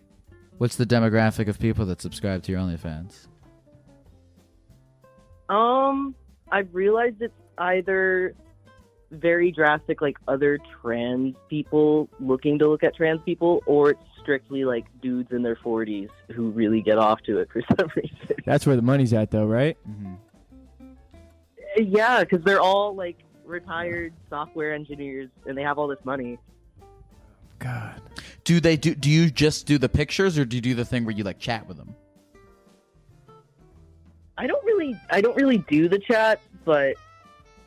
Speaker 1: What's the demographic of people that subscribe to your OnlyFans?
Speaker 6: Um, I've realized it's either very drastic, like other trans people looking to look at trans people, or it's strictly like dudes in their 40s who really get off to it for some reason.
Speaker 2: That's where the money's at, though, right?
Speaker 1: Mm-hmm.
Speaker 6: yeah, because they're all like retired software engineers and they have all this money.
Speaker 2: God.
Speaker 1: Do they do? Do you just do the pictures, or do you do the thing where you like chat with them?
Speaker 6: I don't really I don't really do the chat, but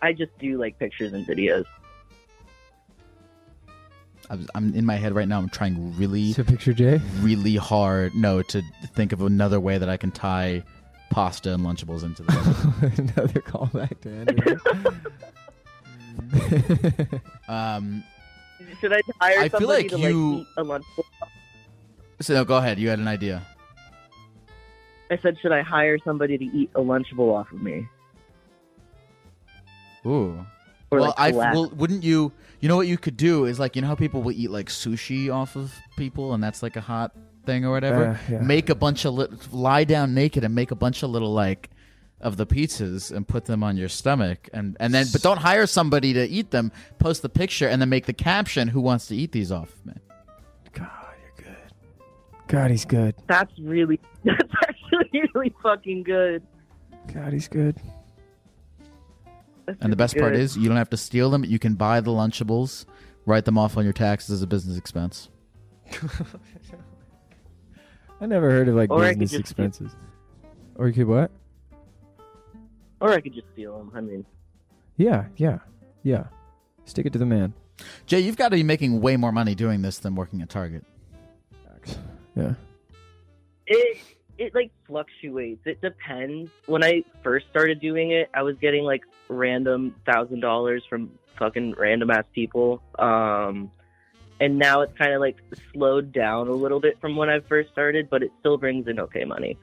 Speaker 6: I just do like pictures and videos.
Speaker 1: I was, I'm in my head right now. I'm trying really,
Speaker 2: So picture Jay.
Speaker 1: really hard. No, to think of another way that I can tie pasta and Lunchables into this.
Speaker 2: Another callback to Andrew.
Speaker 1: Um,
Speaker 6: Should I hire
Speaker 1: I feel
Speaker 6: somebody
Speaker 1: like
Speaker 6: to
Speaker 1: you-
Speaker 6: like eat a lunch?
Speaker 1: so no, go ahead. You had an idea.
Speaker 6: I said, should I hire somebody to eat a lunchable off of me?
Speaker 1: Ooh.
Speaker 6: Or
Speaker 1: well,
Speaker 6: like
Speaker 1: I
Speaker 6: collab-
Speaker 1: well, wouldn't you? You know what you could do is like you know how people will eat like sushi off of people, and that's like a hot thing or whatever.
Speaker 2: Uh, yeah.
Speaker 1: Make a bunch of li- lie down naked and make a bunch of little like of the pizzas and put them on your stomach, and and then but don't hire somebody to eat them. Post the picture and then make the caption: "Who wants to eat these off of me?"
Speaker 2: God, you're good. God, he's good.
Speaker 6: That's really, that's actually really fucking good.
Speaker 2: God, he's good.
Speaker 6: That's
Speaker 1: And the best part
Speaker 6: good.
Speaker 1: is you don't have to steal them. You can buy the Lunchables, write them off on your taxes as a business expense.
Speaker 2: I never heard of like
Speaker 6: Or I could
Speaker 2: business
Speaker 6: just-
Speaker 2: expenses. Or you could what?
Speaker 6: or I could just steal them. I mean,
Speaker 2: Yeah, yeah, yeah. Stick it to the man.
Speaker 1: Jay, you've got to be making way more money doing this than working at Target.
Speaker 2: Yeah.
Speaker 6: it it like fluctuates. It depends. When I first started doing it, I was getting like random thousand dollars from fucking random ass people. Um, and now it's kind of like slowed down a little bit from when I first started, but it still brings in okay money.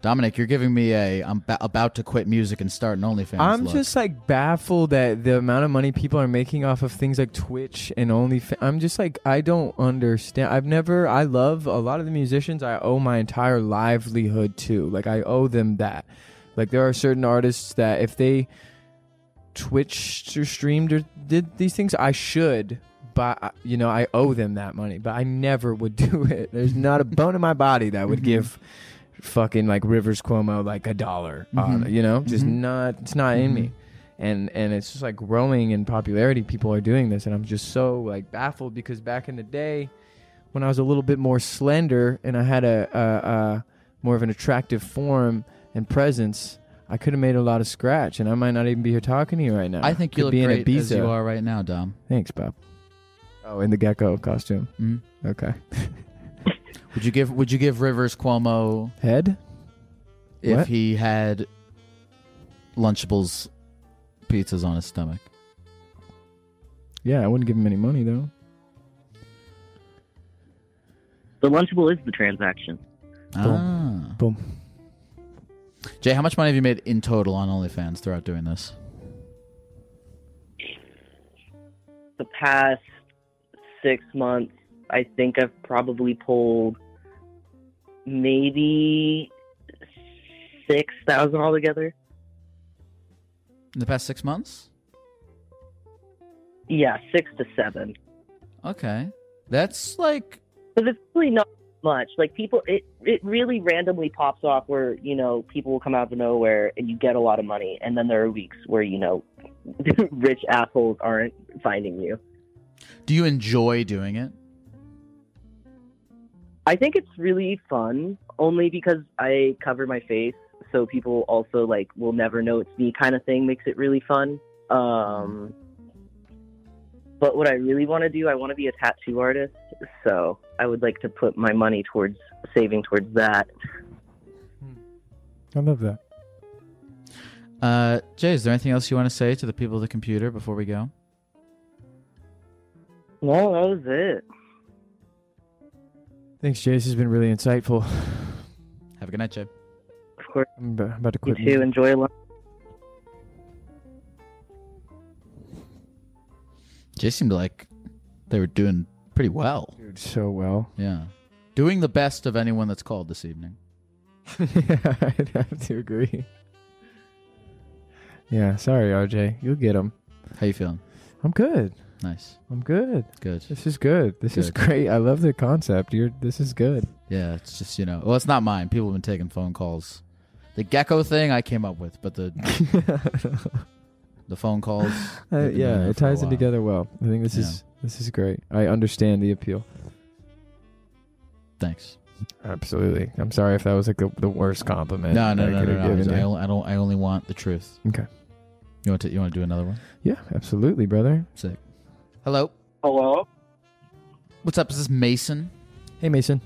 Speaker 1: Dominic, you're giving me a I'm ba- about to quit music and start an OnlyFans.
Speaker 2: I'm
Speaker 1: look.
Speaker 2: just like baffled at the amount of money people are making off of things like Twitch and OnlyFans. I'm just like, I don't understand. I've never, I love a lot of the musicians I owe my entire livelihood to. Like, I owe them that. Like, there are certain artists that if they Twitched or streamed or did these things, I should. But uh, you know, I owe them that money. But I never would do it. There's not a bone in my body that would give fucking like Rivers Cuomo like a dollar. on it, you know, just not. It's not in
Speaker 1: Mm-hmm.
Speaker 2: me. And and it's just like growing in popularity. People are doing this, and I'm just so like baffled because back in the day, when I was a little bit more slender and I had a, a, a more of an attractive form and presence, I could have made a lot of scratch, and I might not even be here talking to you right now.
Speaker 1: I think
Speaker 2: Could
Speaker 1: you look
Speaker 2: be in
Speaker 1: great as
Speaker 2: Ibiza.
Speaker 1: you are right now, Dom.
Speaker 2: Thanks, Bob. Oh, in the gecko costume.
Speaker 1: Mm.
Speaker 2: Okay.
Speaker 1: Would you give Would you give Rivers Cuomo
Speaker 2: Head.
Speaker 1: if
Speaker 2: What?
Speaker 1: he had Lunchables pizzas on his stomach?
Speaker 2: Yeah, I wouldn't give him any money though.
Speaker 6: The lunchable is the transaction.
Speaker 1: Ah.
Speaker 2: Boom.
Speaker 1: Jay, how much money have you made in total on OnlyFans throughout doing this?
Speaker 6: The past six months, I think I've probably pulled maybe six thousand altogether.
Speaker 1: In the past six months?
Speaker 6: Yeah, six to seven.
Speaker 1: Okay, that's like
Speaker 6: Because it's really not much. Like people, it it really randomly pops off where you know people will come out of nowhere and you get a lot of money, and then there are weeks where you know rich assholes aren't finding you.
Speaker 1: Do you enjoy doing it?
Speaker 6: I think it's really fun only because I cover my face, so people also like will never know it's me kind of thing makes it really fun. Um, but what I really want to do, I want to be a tattoo artist, so I would like to put my money towards saving towards that.
Speaker 2: I love that.
Speaker 1: Uh, Jay, is there anything else you want to say to the people of the computer before we go?
Speaker 6: No, that was it.
Speaker 2: Thanks, Jace. Has been really insightful.
Speaker 1: Have a good night, Jay.
Speaker 6: Of course,
Speaker 2: I'm ab- about to
Speaker 6: you
Speaker 2: quit.
Speaker 6: too. Enjoy lunch.
Speaker 1: Jay seemed like they were doing pretty well.
Speaker 2: Dude, so well.
Speaker 1: Yeah. Doing the best of anyone that's called this evening.
Speaker 2: yeah, I'd have to agree. Yeah, sorry, RJ. You'll get him.
Speaker 1: How you feeling?
Speaker 2: I'm good.
Speaker 1: Nice.
Speaker 2: I'm good.
Speaker 1: Good.
Speaker 2: This is good. This is
Speaker 1: Good.
Speaker 2: great. I love the concept. You're. This is good.
Speaker 1: Yeah, it's just, you know, well, it's not mine. People have been taking phone calls. The gecko thing I came up with, but the the phone
Speaker 2: Uh,
Speaker 1: calls. they've been doing
Speaker 2: yeah,
Speaker 1: that
Speaker 2: it
Speaker 1: for a
Speaker 2: ties in
Speaker 1: while.
Speaker 2: together well. I think this is this is great. I understand the appeal.
Speaker 1: Thanks.
Speaker 2: Absolutely. I'm sorry if that was like the, the worst compliment.
Speaker 1: No, no,
Speaker 2: I
Speaker 1: no,
Speaker 2: could
Speaker 1: no,
Speaker 2: have
Speaker 1: no.
Speaker 2: given
Speaker 1: I,
Speaker 2: you.
Speaker 1: only, I don't. I only want the truth.
Speaker 2: Okay.
Speaker 1: You want to? You want to do another one?
Speaker 2: Yeah, absolutely, brother.
Speaker 1: Sick. Hello.
Speaker 3: Hello?
Speaker 1: What's up? Is this Mason?
Speaker 2: Hey, Mason.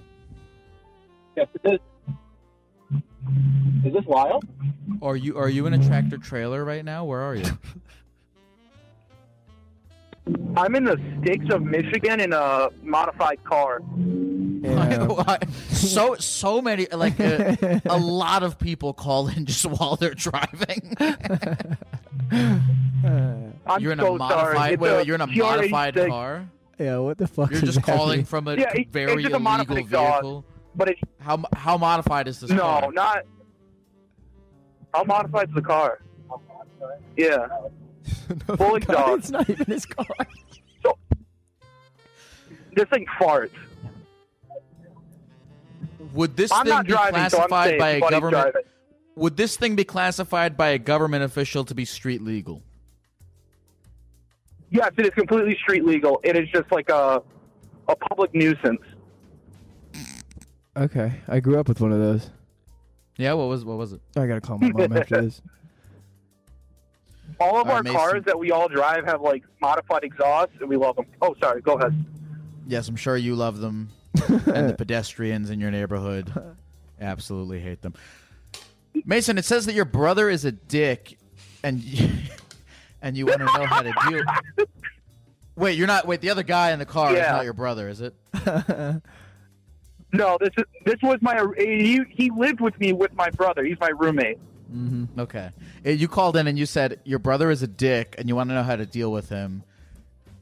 Speaker 3: Yes, it is. Is this wild?
Speaker 1: Are you Are you in a tractor trailer right now? Where are you?
Speaker 5: I'm in the sticks of Michigan in a modified car.
Speaker 2: Yeah.
Speaker 1: so so many like a, a lot of people call in just while they're driving.
Speaker 5: I'm
Speaker 1: you're in
Speaker 5: so
Speaker 1: a modified
Speaker 5: sorry.
Speaker 1: wait,
Speaker 5: It's
Speaker 1: wait, you're in a
Speaker 5: GR86.
Speaker 1: modified car.
Speaker 6: Yeah, what the fuck?
Speaker 1: You're
Speaker 6: is
Speaker 1: just
Speaker 6: happening?
Speaker 1: calling from a
Speaker 5: Yeah, it- it's
Speaker 1: very
Speaker 5: just a
Speaker 1: illegal
Speaker 5: modified
Speaker 1: vehicle.
Speaker 5: but it's
Speaker 1: How mo- how modified is this
Speaker 5: no,
Speaker 1: car?
Speaker 5: not. I'll modify the car. Yeah, full
Speaker 6: No, God,
Speaker 5: exhaust.
Speaker 6: It's not even his car.
Speaker 5: this thing farts.
Speaker 1: Would this
Speaker 5: I'm
Speaker 1: thing
Speaker 5: not
Speaker 1: be
Speaker 5: driving, so I'm
Speaker 1: classified
Speaker 5: safe.
Speaker 1: by a
Speaker 5: Buddy's
Speaker 1: government?
Speaker 5: driving.
Speaker 1: Would this thing be classified by a government official to be street legal?
Speaker 5: Yes, it is completely street legal. It is just like a a public nuisance.
Speaker 2: Okay, I grew up with one of those.
Speaker 1: Yeah, what was what was it?
Speaker 2: I gotta call my mom after this.
Speaker 5: All of
Speaker 1: All right,
Speaker 5: our
Speaker 1: Uh, Mason.
Speaker 5: cars that we all drive have like modified exhausts, and we love them. Oh, sorry. Go ahead.
Speaker 1: Yes, I'm sure you love them, and the pedestrians in your neighborhood absolutely hate them. Mason, it says that your brother is a dick, and you, and you want to know how to deal. Wait, you're not. Wait, the other guy in the car is
Speaker 5: Yeah.
Speaker 1: not your brother, is it?
Speaker 5: No, this is this was my he he lived with me with my brother. He's my roommate.
Speaker 1: Okay. Uh, You called in and you said your brother is a dick and you want to know how to deal with him.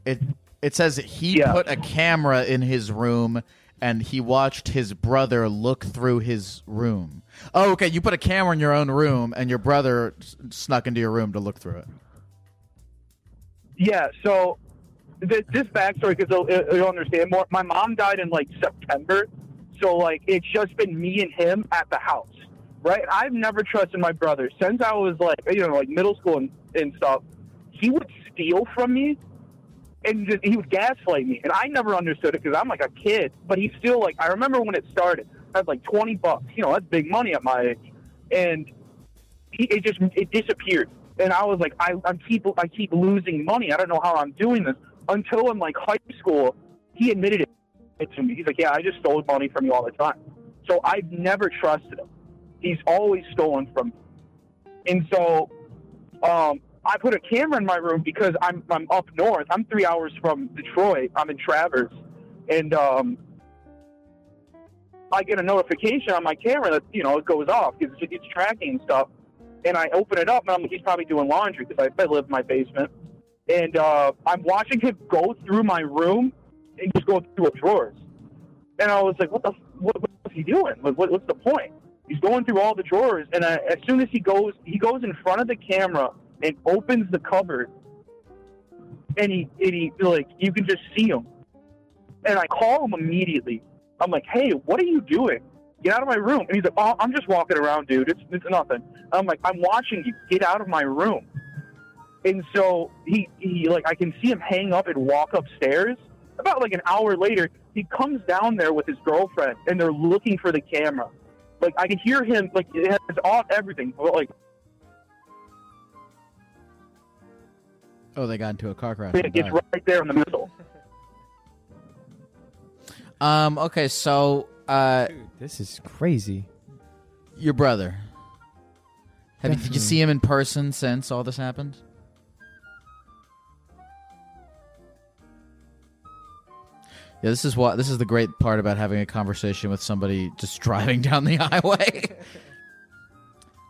Speaker 1: It it says that he
Speaker 5: Yeah.
Speaker 1: put a camera in his room and he watched his brother look through his room. Oh, okay. You put a camera in your own room and your brother s- snuck into your room to look through it.
Speaker 5: Yeah. So this, this backstory, because you'll, you'll understand more. My mom died in like September, so like it's just been me and him at the house, right? I've never trusted my brother since I was like you know like middle school and, and stuff. He would steal from me. And just, he would gaslight me, and I never understood it because I'm like a kid. But he still like I remember when it started. I had like 20 bucks, you know, that's big money at my age, and he, it just it disappeared. And I was like, I, I'm keep I keep losing money. I don't know how I'm doing this until in like high school. He admitted it to me. He's like, yeah, I just stole money from you all the time. So I've never trusted him. He's always stolen from me. And so um, I put a camera in my room because I'm I'm up north. I'm three hours from Detroit. I'm in Traverse, and um, I get a notification on my camera that you know it goes off because it's, it's tracking and stuff. And I open it up, and I'm like, he's probably doing laundry because I, I live in my basement. And uh, I'm watching him go through my room and just go through drawers. And I was like, what the what, what is he doing? What, what, what's the point? He's going through all the drawers, and I, as soon as he goes, he goes in front of the camera and opens the cupboard, and he and he like you can just see him. And I call him immediately. I'm like, hey, what are you doing? Get out of my room. And he's like, oh, I'm just walking around, dude. It's, it's nothing. I'm like, I'm watching you. Get out of my room. And so he, he, like, I can see him hang up and walk upstairs. About like an hour later, he comes down there with his girlfriend and they're looking for the camera. Like, I can hear him, like, it has all everything. But, like,
Speaker 7: Oh, they got into a car crash. and
Speaker 5: it's
Speaker 7: died.
Speaker 5: right there in the middle.
Speaker 1: Um. Okay. So, uh,
Speaker 2: This is crazy.
Speaker 1: your brother. Have you, did you see him in person since all this happened? Yeah, this is what this is the great part about having a conversation with somebody just driving down the highway.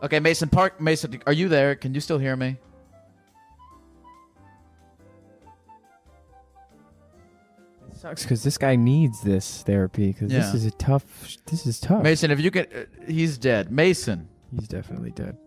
Speaker 1: okay, Mason Park, Mason, are you there? Can you still hear me?
Speaker 2: It sucks because this guy needs this therapy because
Speaker 1: Yeah.
Speaker 2: this is a tough. This is tough.
Speaker 1: Mason, if you can, uh, he's dead. Mason,
Speaker 2: He's definitely dead.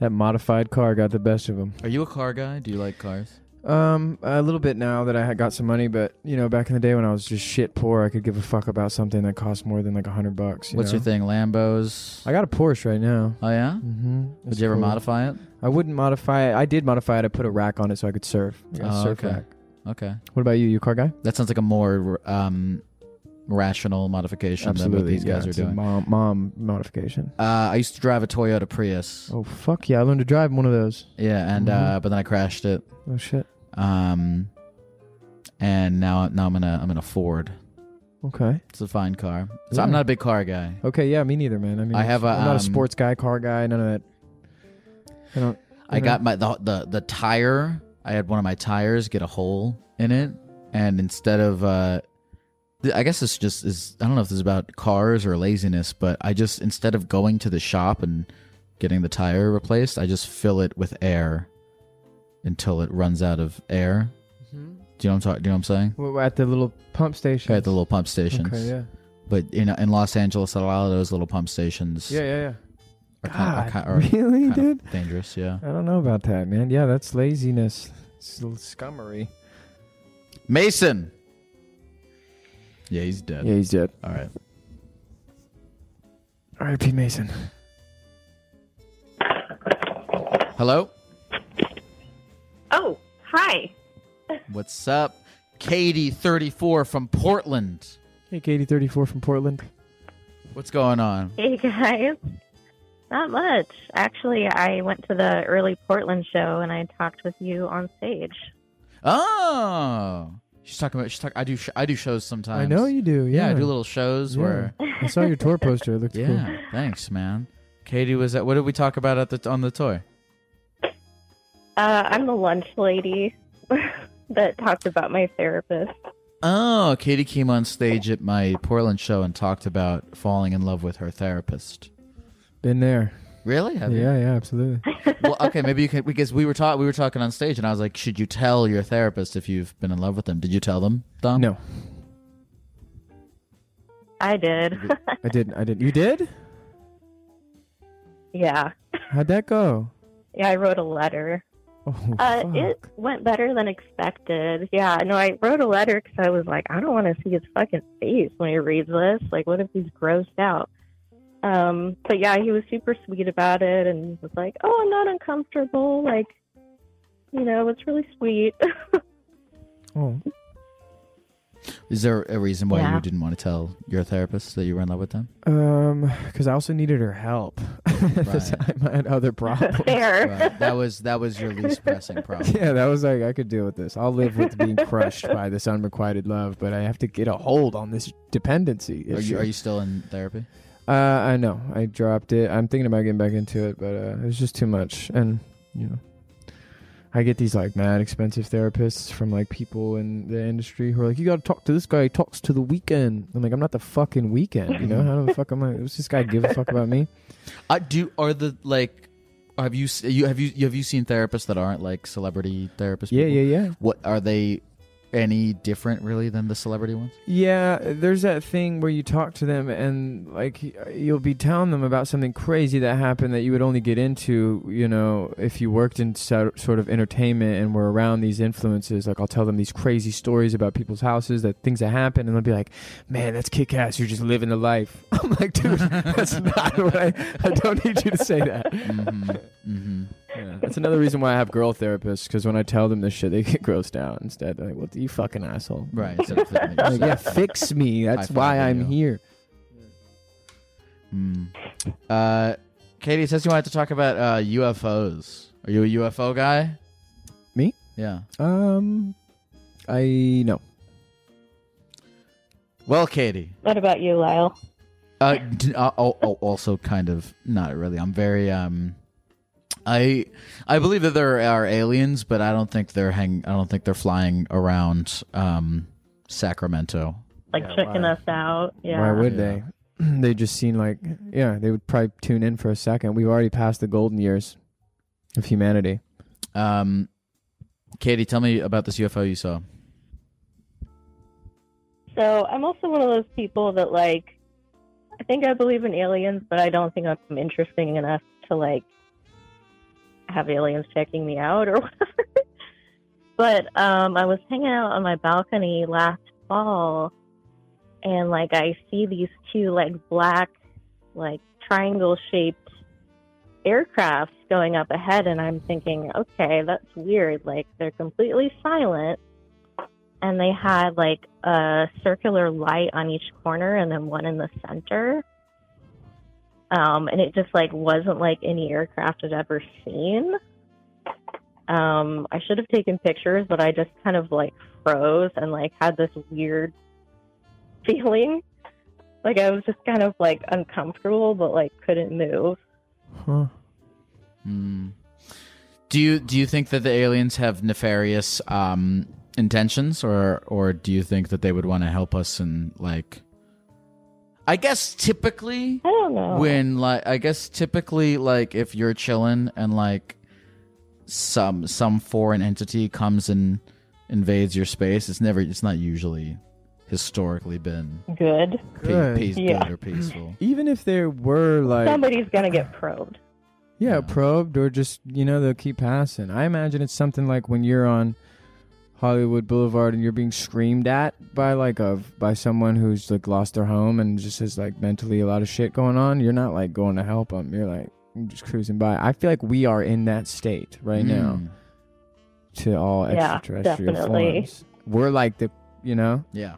Speaker 2: That modified car got the best of him.
Speaker 1: are you a car guy? Do you like cars?
Speaker 2: Um, a little bit now that I had got some money, but you know, back in the day when I was just shit poor, I could give a fuck about something that cost more than like a hundred bucks. you
Speaker 1: What's
Speaker 2: know?
Speaker 1: your thing? Lambos.
Speaker 2: I got a Porsche right now.
Speaker 1: Oh yeah.
Speaker 2: Mm-hmm.
Speaker 1: Would you ever modify it?
Speaker 2: I wouldn't modify it. I did modify it. I put a rack on it so I could surf. I got a
Speaker 1: Oh,
Speaker 2: surf
Speaker 1: okay.
Speaker 2: rack.
Speaker 1: Okay.
Speaker 2: What about you? You a car guy?
Speaker 1: That sounds like a more um, rational modification than what these
Speaker 2: yeah,
Speaker 1: guys are
Speaker 2: it's a
Speaker 1: doing. Uh,
Speaker 2: Mom, mom modification.
Speaker 1: I used to drive a Toyota Prius.
Speaker 2: Oh fuck yeah! I learned to drive in one of those.
Speaker 1: Yeah, and
Speaker 2: Mm-hmm.
Speaker 1: uh, but then I crashed it.
Speaker 2: Oh shit.
Speaker 1: Um, and now now I'm in a I'm in a Ford.
Speaker 2: Okay.
Speaker 1: It's a fine car. So I'm
Speaker 2: Yeah.
Speaker 1: not a big car guy.
Speaker 2: Okay. Yeah. Me neither, man. I mean,
Speaker 1: I have a,
Speaker 2: I'm not
Speaker 1: um,
Speaker 2: a sports guy, car guy, none of that. I don't.
Speaker 1: I got my the the, the tire I had one of my tires get a hole in it, and instead of, uh, th- I guess this just is, I don't know if this is about cars or laziness, but I just instead of going to the shop and getting the tire replaced, I just fill it with air until it runs out of air. Do you know what I'm talking? Do you know what I'm saying?
Speaker 2: Mm-hmm. We're at the little pump station.
Speaker 1: At the little pump stations.
Speaker 2: Okay, yeah.
Speaker 1: But in in Los Angeles, a lot of those little pump stations
Speaker 2: Yeah, yeah, yeah.
Speaker 1: are, kind of, are,
Speaker 2: God,
Speaker 1: ki- are
Speaker 2: really,
Speaker 1: kind
Speaker 2: dude?
Speaker 1: of dangerous. Yeah.
Speaker 2: I don't know about that, man. Yeah, that's laziness. It's a little scummery.
Speaker 1: Mason. Yeah, he's dead.
Speaker 2: Yeah, he's dead.
Speaker 1: All right.
Speaker 2: R.I.P. Mason.
Speaker 1: Hello.
Speaker 8: Oh, hi.
Speaker 1: What's up? Katie, 34 from Portland.
Speaker 2: Hey, Katie, thirty-four from Portland.
Speaker 1: What's going on?
Speaker 8: Hey guys. Not much. Actually, I went to the early Portland show and I talked with you on stage.
Speaker 1: Oh, she's talking about. She's talking. I do. Sh- I do shows sometimes.
Speaker 2: I know you do. Yeah,
Speaker 1: Um, Yeah, I do little shows
Speaker 2: Yeah.
Speaker 1: where.
Speaker 2: I saw your tour poster. It looked
Speaker 1: Yeah.
Speaker 2: cool.
Speaker 1: Thanks, man. Katie was at. What did we talk about at the on the toy?
Speaker 8: Uh, I'm the lunch lady that talked about my therapist.
Speaker 1: Oh, Katie came on stage at my Portland show and talked about falling in love with her therapist.
Speaker 2: Been there.
Speaker 1: Really? Have you?
Speaker 2: Yeah, yeah, absolutely.
Speaker 1: well, okay, maybe you can because we were talking we were talking on stage, and I was like, "Should you tell your therapist if you've been in love with them?" Did you tell them, Dom?
Speaker 2: No,
Speaker 8: I did.
Speaker 2: I didn't. I didn't. You did?
Speaker 8: yeah.
Speaker 2: How'd that go?
Speaker 8: Yeah, I wrote a letter.
Speaker 2: Oh,
Speaker 8: Uh,
Speaker 2: fuck.
Speaker 8: it went better than expected. Yeah, no, I wrote a letter because I was like, I don't want to see his fucking face when he reads this. Like, what if he's grossed out? Um, but yeah, he was super sweet about it and was like, "Oh, I'm not uncomfortable." Like, you know, it's really sweet.
Speaker 2: Oh,
Speaker 1: Is there a reason why
Speaker 8: Yeah.
Speaker 1: you didn't want to tell your therapist that you were in love with them?
Speaker 2: um, because I also needed her help at the
Speaker 1: Right.
Speaker 2: time. I had other problems.
Speaker 8: Fair.
Speaker 1: Right. that was that was your least pressing problem.
Speaker 2: Yeah, that was like I could deal with this. I'll live with being crushed by this unrequited love, but I have to get a hold on this dependency.
Speaker 1: Are
Speaker 2: issue.
Speaker 1: you are you still in therapy?
Speaker 2: Uh, I know. I dropped it. I'm thinking about getting back into it, but uh, it was just too much. And you know, I get these like mad expensive therapists from like people in the industry who are like, "You got to talk to this guy. He talks to the weekend." I'm like, "I'm not the fucking weekend." You know how the fuck am I? Does this guy give a fuck about me?
Speaker 1: I do. Are the like. Have you s- you have you have you seen therapists that aren't like celebrity therapists?
Speaker 2: Yeah,
Speaker 1: people?
Speaker 2: yeah, yeah.
Speaker 1: What are they any different really than the celebrity ones?
Speaker 2: Yeah, there's that thing where you talk to them and like you'll be telling them about something crazy that happened that you would only get into, you know, if you worked in so- sort of entertainment and were around these influences. Like I'll tell them these crazy stories about people's houses, that things that happened, and they'll be like, "Man, that's kick ass! You're just living the life." I'm like, dude, that's not what I. I don't need you to say that.
Speaker 1: Mm-hmm. mm-hmm.
Speaker 2: Yeah, that's another reason why I have girl therapists because when I tell them this shit, they get grossed out. Instead, they're like, "What you fucking asshole?"
Speaker 1: Right. instead of thinking
Speaker 2: Like,
Speaker 1: yourself.
Speaker 2: yeah, fix me. That's
Speaker 1: High
Speaker 2: why
Speaker 1: five
Speaker 2: I'm
Speaker 1: video.
Speaker 2: here.
Speaker 1: Mm. Uh, Katie it says you wanted to talk about uh, UFOs. Are you a UFO guy?
Speaker 2: Me?
Speaker 1: Yeah.
Speaker 2: Um, I no.
Speaker 1: Well, Katie.
Speaker 8: what about you, Lyle?
Speaker 1: Uh, d- uh, al- al- also, kind of not really. I'm very um, I I believe that there are aliens, but I don't think they're hang. I don't think they're flying around um Sacramento.
Speaker 8: Like
Speaker 2: Yeah,
Speaker 8: checking
Speaker 2: why?
Speaker 8: us out? Yeah.
Speaker 2: Why would
Speaker 1: Yeah.
Speaker 2: they? they just seem like yeah. They would probably tune in for a second. We've already passed the golden years of humanity.
Speaker 1: Um, Katie, tell me about this UFO you saw.
Speaker 8: So I'm also one of those people that like I think I believe in aliens, but I don't think I'm interesting enough to like have aliens checking me out or whatever. but um I was hanging out on my balcony last fall and like I see these two like black like triangle shaped aircrafts going up ahead and I'm thinking, okay, that's weird. Like they're completely silent and they had like a circular light on each corner and then one in the center. Um, and it just like wasn't like any aircraft had ever seen. Um, I should have taken pictures, but I just kind of like froze and like had this weird feeling. Like I was just kind of like uncomfortable, but like couldn't move.
Speaker 2: Huh.
Speaker 1: Mm. Hmm. Do you do you think that the aliens have nefarious um, intentions, or or do you think that they would want to help us and like? I guess typically,
Speaker 8: I don't know.
Speaker 1: when like I guess typically like if you're chilling and like some some foreign entity comes and invades your space, it's never it's not usually historically been
Speaker 8: Good.
Speaker 1: pe-
Speaker 2: Good.
Speaker 1: peace,
Speaker 8: Yeah.
Speaker 1: good or peaceful.
Speaker 2: Even if there were like
Speaker 8: Somebody's gonna get probed.
Speaker 2: Yeah, probed or just you know they'll keep passing. I imagine it's something like when you're on Hollywood Boulevard and you're being screamed at by like a by someone who's like lost their home and just has like mentally a lot of shit going on. You're not like going to help them. You're like you're just cruising by. I feel like we are in that state right now
Speaker 1: Mm.
Speaker 2: to all
Speaker 8: Yeah,
Speaker 2: extraterrestrial
Speaker 8: definitely.
Speaker 2: forms. We're like the you know
Speaker 1: Yeah.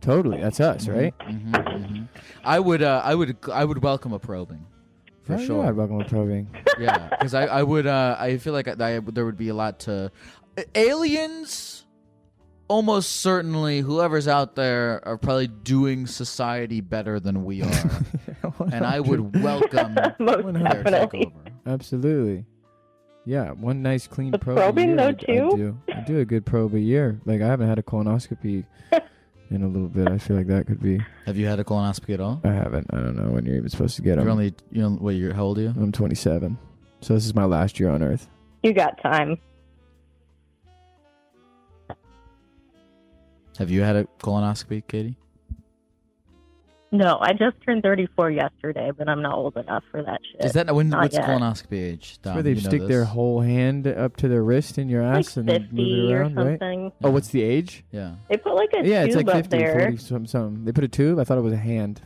Speaker 2: totally that's us right.
Speaker 1: hmm I would, uh, I would, I would welcome a probing, for
Speaker 2: Hell yeah,
Speaker 1: sure.
Speaker 2: I'd welcome a probing.
Speaker 1: yeah, because I, I would, uh, I feel like I, I- there would be a lot to aliens. Almost certainly, whoever's out there are probably doing society better than we are, and I would welcome
Speaker 8: Most
Speaker 1: their
Speaker 8: definitely.
Speaker 1: takeover.
Speaker 2: Absolutely. Yeah, one nice clean
Speaker 8: The
Speaker 2: probe.
Speaker 8: probing,
Speaker 2: a year,
Speaker 8: though,
Speaker 2: I- I
Speaker 8: too?
Speaker 2: do. I do a good probe a year. Like I haven't had a colonoscopy in a little bit. I feel like that could be.
Speaker 1: Have you had a colonoscopy at all?
Speaker 2: I haven't. I don't know when you're even supposed to get
Speaker 1: You're
Speaker 2: them.
Speaker 1: only, you know, what? You're how old are you?
Speaker 2: I'm 27, so this is my last year on Earth.
Speaker 8: You got time.
Speaker 1: Have you had a colonoscopy, Katie?
Speaker 8: No, I just turned 34 yesterday, but I'm not old enough for that shit.
Speaker 1: Is that when?
Speaker 8: Not
Speaker 1: What's
Speaker 8: yet.
Speaker 1: colonoscopy age? Dom,
Speaker 2: Where they
Speaker 1: you know
Speaker 2: stick their
Speaker 1: this.
Speaker 2: whole hand up to their wrist in your
Speaker 8: like
Speaker 2: ass and then
Speaker 8: 50
Speaker 2: move it
Speaker 8: or
Speaker 2: around, right?
Speaker 8: something?
Speaker 2: Oh, what's the age?
Speaker 1: Yeah.
Speaker 8: They put like a
Speaker 2: yeah,
Speaker 8: tube
Speaker 2: it's like 50,
Speaker 8: up there.
Speaker 2: 40, something, something. They put a tube. I thought it was a hand.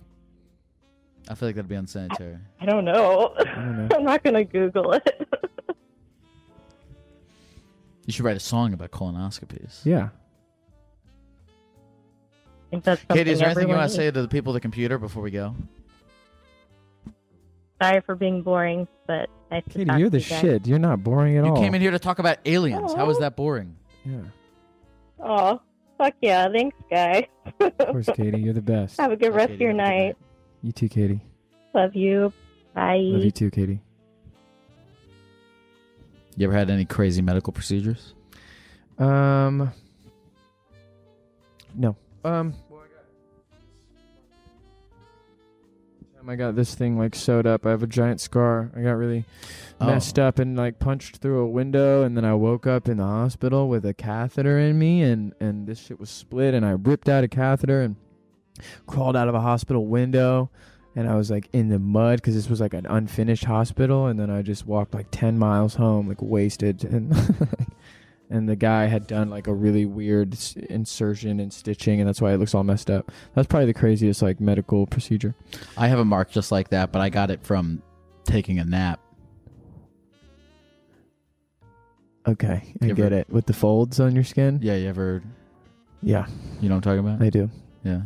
Speaker 1: I feel like that'd be unsanitary.
Speaker 8: I don't know.
Speaker 2: don't know.
Speaker 8: I'm not gonna Google it.
Speaker 1: You should write a song about colonoscopies.
Speaker 2: Yeah.
Speaker 8: I think that's
Speaker 1: Katie, is there anything
Speaker 8: something
Speaker 1: you
Speaker 8: everyone
Speaker 1: want to say to the people at the computer before we go?
Speaker 8: needs. Sorry for being boring, but nice to
Speaker 2: Katie,
Speaker 8: talk
Speaker 2: you're
Speaker 8: to
Speaker 2: the
Speaker 8: you guys.
Speaker 2: shit. You're not boring at
Speaker 1: you
Speaker 2: all.
Speaker 1: came in here to talk about aliens. How is
Speaker 8: Aw.
Speaker 1: that boring?
Speaker 2: Yeah.
Speaker 8: Oh, fuck yeah! Thanks, guys.
Speaker 2: Of course, Katie, you're the best.
Speaker 8: Have a good
Speaker 1: Hey,
Speaker 8: rest
Speaker 1: Katie,
Speaker 8: of your
Speaker 1: have a good
Speaker 8: night.
Speaker 2: You too, Katie.
Speaker 8: Love you. Bye.
Speaker 2: Love you too, Katie.
Speaker 1: You ever had any crazy medical procedures?
Speaker 2: Um, no. Um, Time I got this thing like sewed up. I have a giant scar. I got really
Speaker 1: Oh.
Speaker 2: messed up and like punched through a window, and then I woke up in the hospital with a catheter in me, and and this shit was split, and I ripped out a catheter and crawled out of a hospital window. And I was like in the mud because this was like an unfinished hospital, and then I just walked like ten miles home, like wasted, and and the guy had done like a really weird s- insertion and stitching, and that's why it looks all messed up. That's probably the craziest like medical procedure.
Speaker 1: I have a mark just like that, but I got it from taking a nap.
Speaker 2: Okay, I
Speaker 1: Give
Speaker 2: get
Speaker 1: her-
Speaker 2: it. With the folds on your skin.
Speaker 1: Yeah, you ever?
Speaker 2: Yeah,
Speaker 1: You know what I'm talking about?
Speaker 2: I do.
Speaker 1: yeah.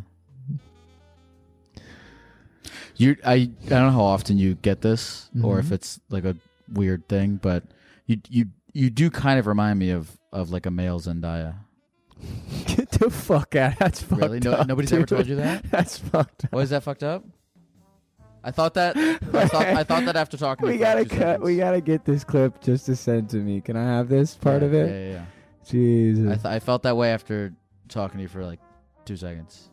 Speaker 1: You, I, I don't know how often you get this, or if
Speaker 2: Mhm.
Speaker 1: it's like a weird thing, but you, you, you do kind of remind me of of like a male Zendaya.
Speaker 2: get the fuck out. That's fucked
Speaker 1: Really? No-
Speaker 2: up,
Speaker 1: nobody's ever
Speaker 2: dude.
Speaker 1: told you that?
Speaker 2: That's fucked. Up.
Speaker 1: Why is that fucked up? I thought that I thought, I thought that after talking. to
Speaker 2: We
Speaker 1: you for
Speaker 2: gotta
Speaker 1: like
Speaker 2: cut.
Speaker 1: two seconds.
Speaker 2: We gotta get this clip just to send to me. Can I have this part
Speaker 1: Yeah,
Speaker 2: of it?
Speaker 1: Yeah, yeah. yeah. I,
Speaker 2: Jesus.
Speaker 1: th- I felt that way after talking to you for like two seconds.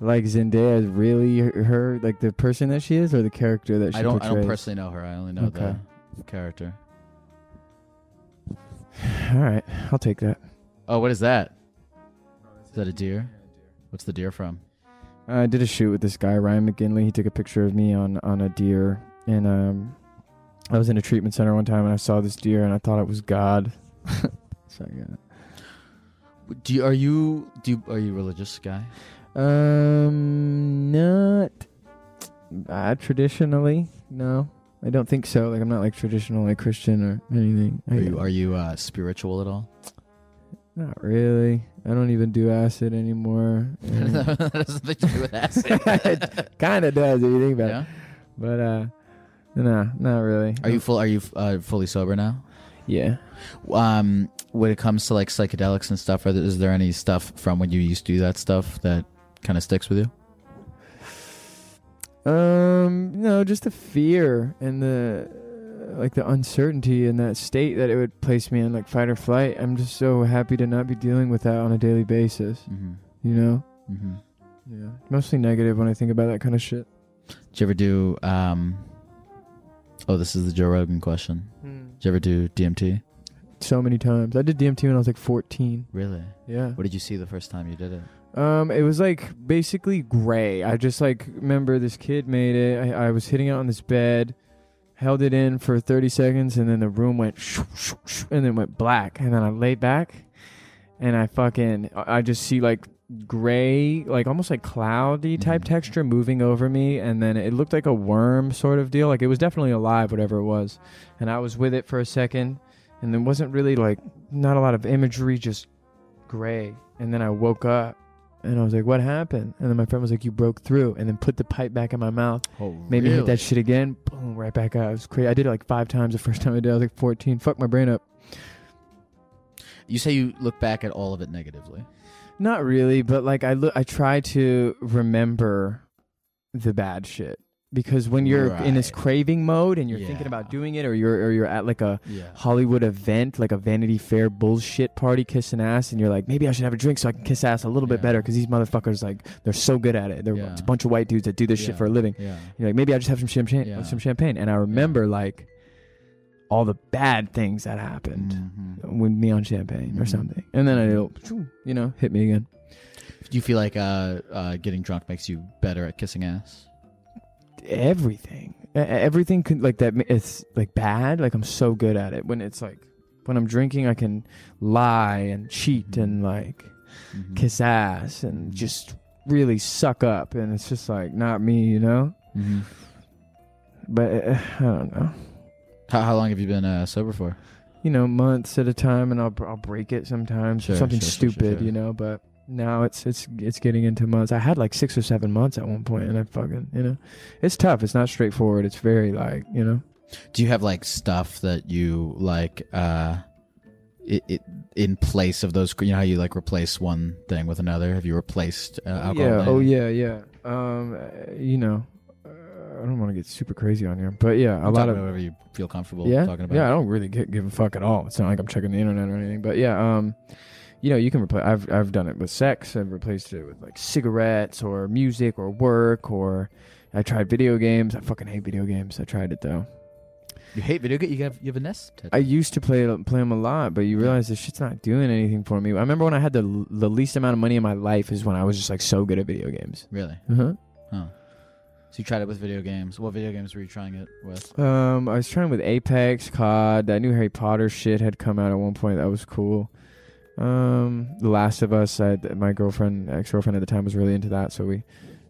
Speaker 2: like Zendaya is really her, her, like the person that she is, or the character that she
Speaker 1: I don't. I don't
Speaker 2: portrays?
Speaker 1: personally know her. I only know
Speaker 2: Okay.
Speaker 1: the character.
Speaker 2: All right, I'll take that.
Speaker 1: Oh, what is that? Is that a deer? What's the deer from?
Speaker 2: Uh, I did a shoot with this guy Ryan McGinley. He took a picture of me on on a deer, and um, I was in a treatment center one time, and I saw this deer, and I thought it was God. so yeah.
Speaker 1: Do you, are you do you, are you a religious guy?
Speaker 2: Um, not uh, traditionally. No, I don't think so. Like I'm not like traditional like Christian or anything.
Speaker 1: Are you are you uh, spiritual at all?
Speaker 2: not really. I don't even do acid anymore.
Speaker 1: that has nothing to do with acid.
Speaker 2: it kind of does if you think about
Speaker 1: yeah?
Speaker 2: it, but uh, no, not really.
Speaker 1: Are you full? Are you uh, fully sober now?
Speaker 2: Yeah.
Speaker 1: um when it comes to like psychedelics and stuff are there, is there any stuff from when you used to do that stuff that kind of sticks with you
Speaker 2: Um, no, just the fear and the like the uncertainty and that state that it would place me in, like fight or flight. I'm just so happy to not be dealing with that on a daily basis.
Speaker 1: Mhm.
Speaker 2: You know,
Speaker 1: Mm-hmm.
Speaker 2: yeah, mostly negative when I think about that kind of shit.
Speaker 1: Did you ever do? Um, oh, this is the Joe Rogan question. Did you ever do DMT?
Speaker 2: So many times. I did DMT when I was like 14.
Speaker 1: Really?
Speaker 2: Yeah.
Speaker 1: What did you see the first time you did it?
Speaker 2: Um, it was like basically gray. I just like remember this kid made it. I, I was hitting it on this bed, held it in for 30 seconds, and then the room went shoo, shoo, shoo, and then went black. And then I laid back, and I fucking I I just see like gray, like almost like cloudy type texture moving over me, and then it looked like a worm sort of deal. Like it was definitely alive, whatever it was. And I was with it for a second, and there wasn't really like not a lot of imagery, just gray. And then I woke up and I was like, what happened? And then my friend was like, you broke through and then put the pipe back in my mouth.
Speaker 1: Oh,
Speaker 2: Made me hit
Speaker 1: really?
Speaker 2: that shit again. Boom, right back out. It was crazy. I did it like five times the first time I did it. I was like 14. Fuck my brain up.
Speaker 1: You say you look back at all of it negatively.
Speaker 2: Not really, but like I look, I try to remember the bad shit because when you're in this craving mode and you're thinking about doing it, or you're or you're at like a
Speaker 1: Yeah.
Speaker 2: Hollywood event, like a Vanity Fair bullshit party, kissing ass, and you're like, maybe I should have a drink so I can kiss ass a little bit better because these motherfuckers like they're so good at it. They're it's a bunch of white dudes that do this shit
Speaker 1: Yeah.
Speaker 2: for a living.
Speaker 1: Yeah.
Speaker 2: You're like, maybe I just have some champagne,
Speaker 1: Yeah.
Speaker 2: some champagne, and I remember like all the bad things that happened
Speaker 1: Mm-hmm.
Speaker 2: with me on champagne or something, and then I do you know, hit me again.
Speaker 1: Do you feel like uh, uh, getting drunk makes you better at kissing ass?
Speaker 2: everything. E- Everything could like that. ma- It's like bad. Like I'm so good at it. When it's like when I'm drinking, I can lie and cheat
Speaker 1: Mm-hmm.
Speaker 2: and like kiss ass and just really suck up. And it's just like not me, you know.
Speaker 1: Mhm.
Speaker 2: But uh, I don't know.
Speaker 1: How, how long have you been uh, sober for?
Speaker 2: You know, months at a time, and I'll br- I'll break it sometimes.
Speaker 1: Sure,
Speaker 2: something
Speaker 1: sure, sure, sure,
Speaker 2: stupid,
Speaker 1: sure.
Speaker 2: you know. But now it's it's it's getting into months. I had like six or seven months at one point, and I fucking you know, it's tough. It's not straightforward. It's very like you know.
Speaker 1: Do you have like stuff that you like uh, it, it in place of those? You know how you like replace one thing with another? Have you replaced uh, alcohol?
Speaker 2: yeah.
Speaker 1: with
Speaker 2: Oh
Speaker 1: anything?
Speaker 2: yeah, yeah. Um, uh, you know, uh, I don't want to get super crazy on here, but yeah,
Speaker 1: You
Speaker 2: a lot
Speaker 1: can talk
Speaker 2: of
Speaker 1: about whatever you feel comfortable
Speaker 2: yeah,
Speaker 1: talking about.
Speaker 2: Yeah, I don't really get, give a fuck at all. It's not like I'm checking the internet or anything, but yeah, um, you know, you can replace. I've I've done it with sex. I've replaced it with like cigarettes or music or work or. I tried video games. I fucking hate video games. I tried it though.
Speaker 1: You hate video game. You have you have a nest. tattoo.
Speaker 2: I used to play play them a lot, but you realize this shit's not doing anything for me. I remember when I had the the least amount of money in my life is when I was just like so good at video games.
Speaker 1: Really?
Speaker 2: Uh huh.
Speaker 1: Huh. So you tried it with video games. What video games were you trying it with?
Speaker 2: Um, I was trying with Apex, COD. That new Harry Potter shit had come out at one point. That was cool. Um, The Last of Us. I my girlfriend, ex girlfriend at the time, was really into that, so we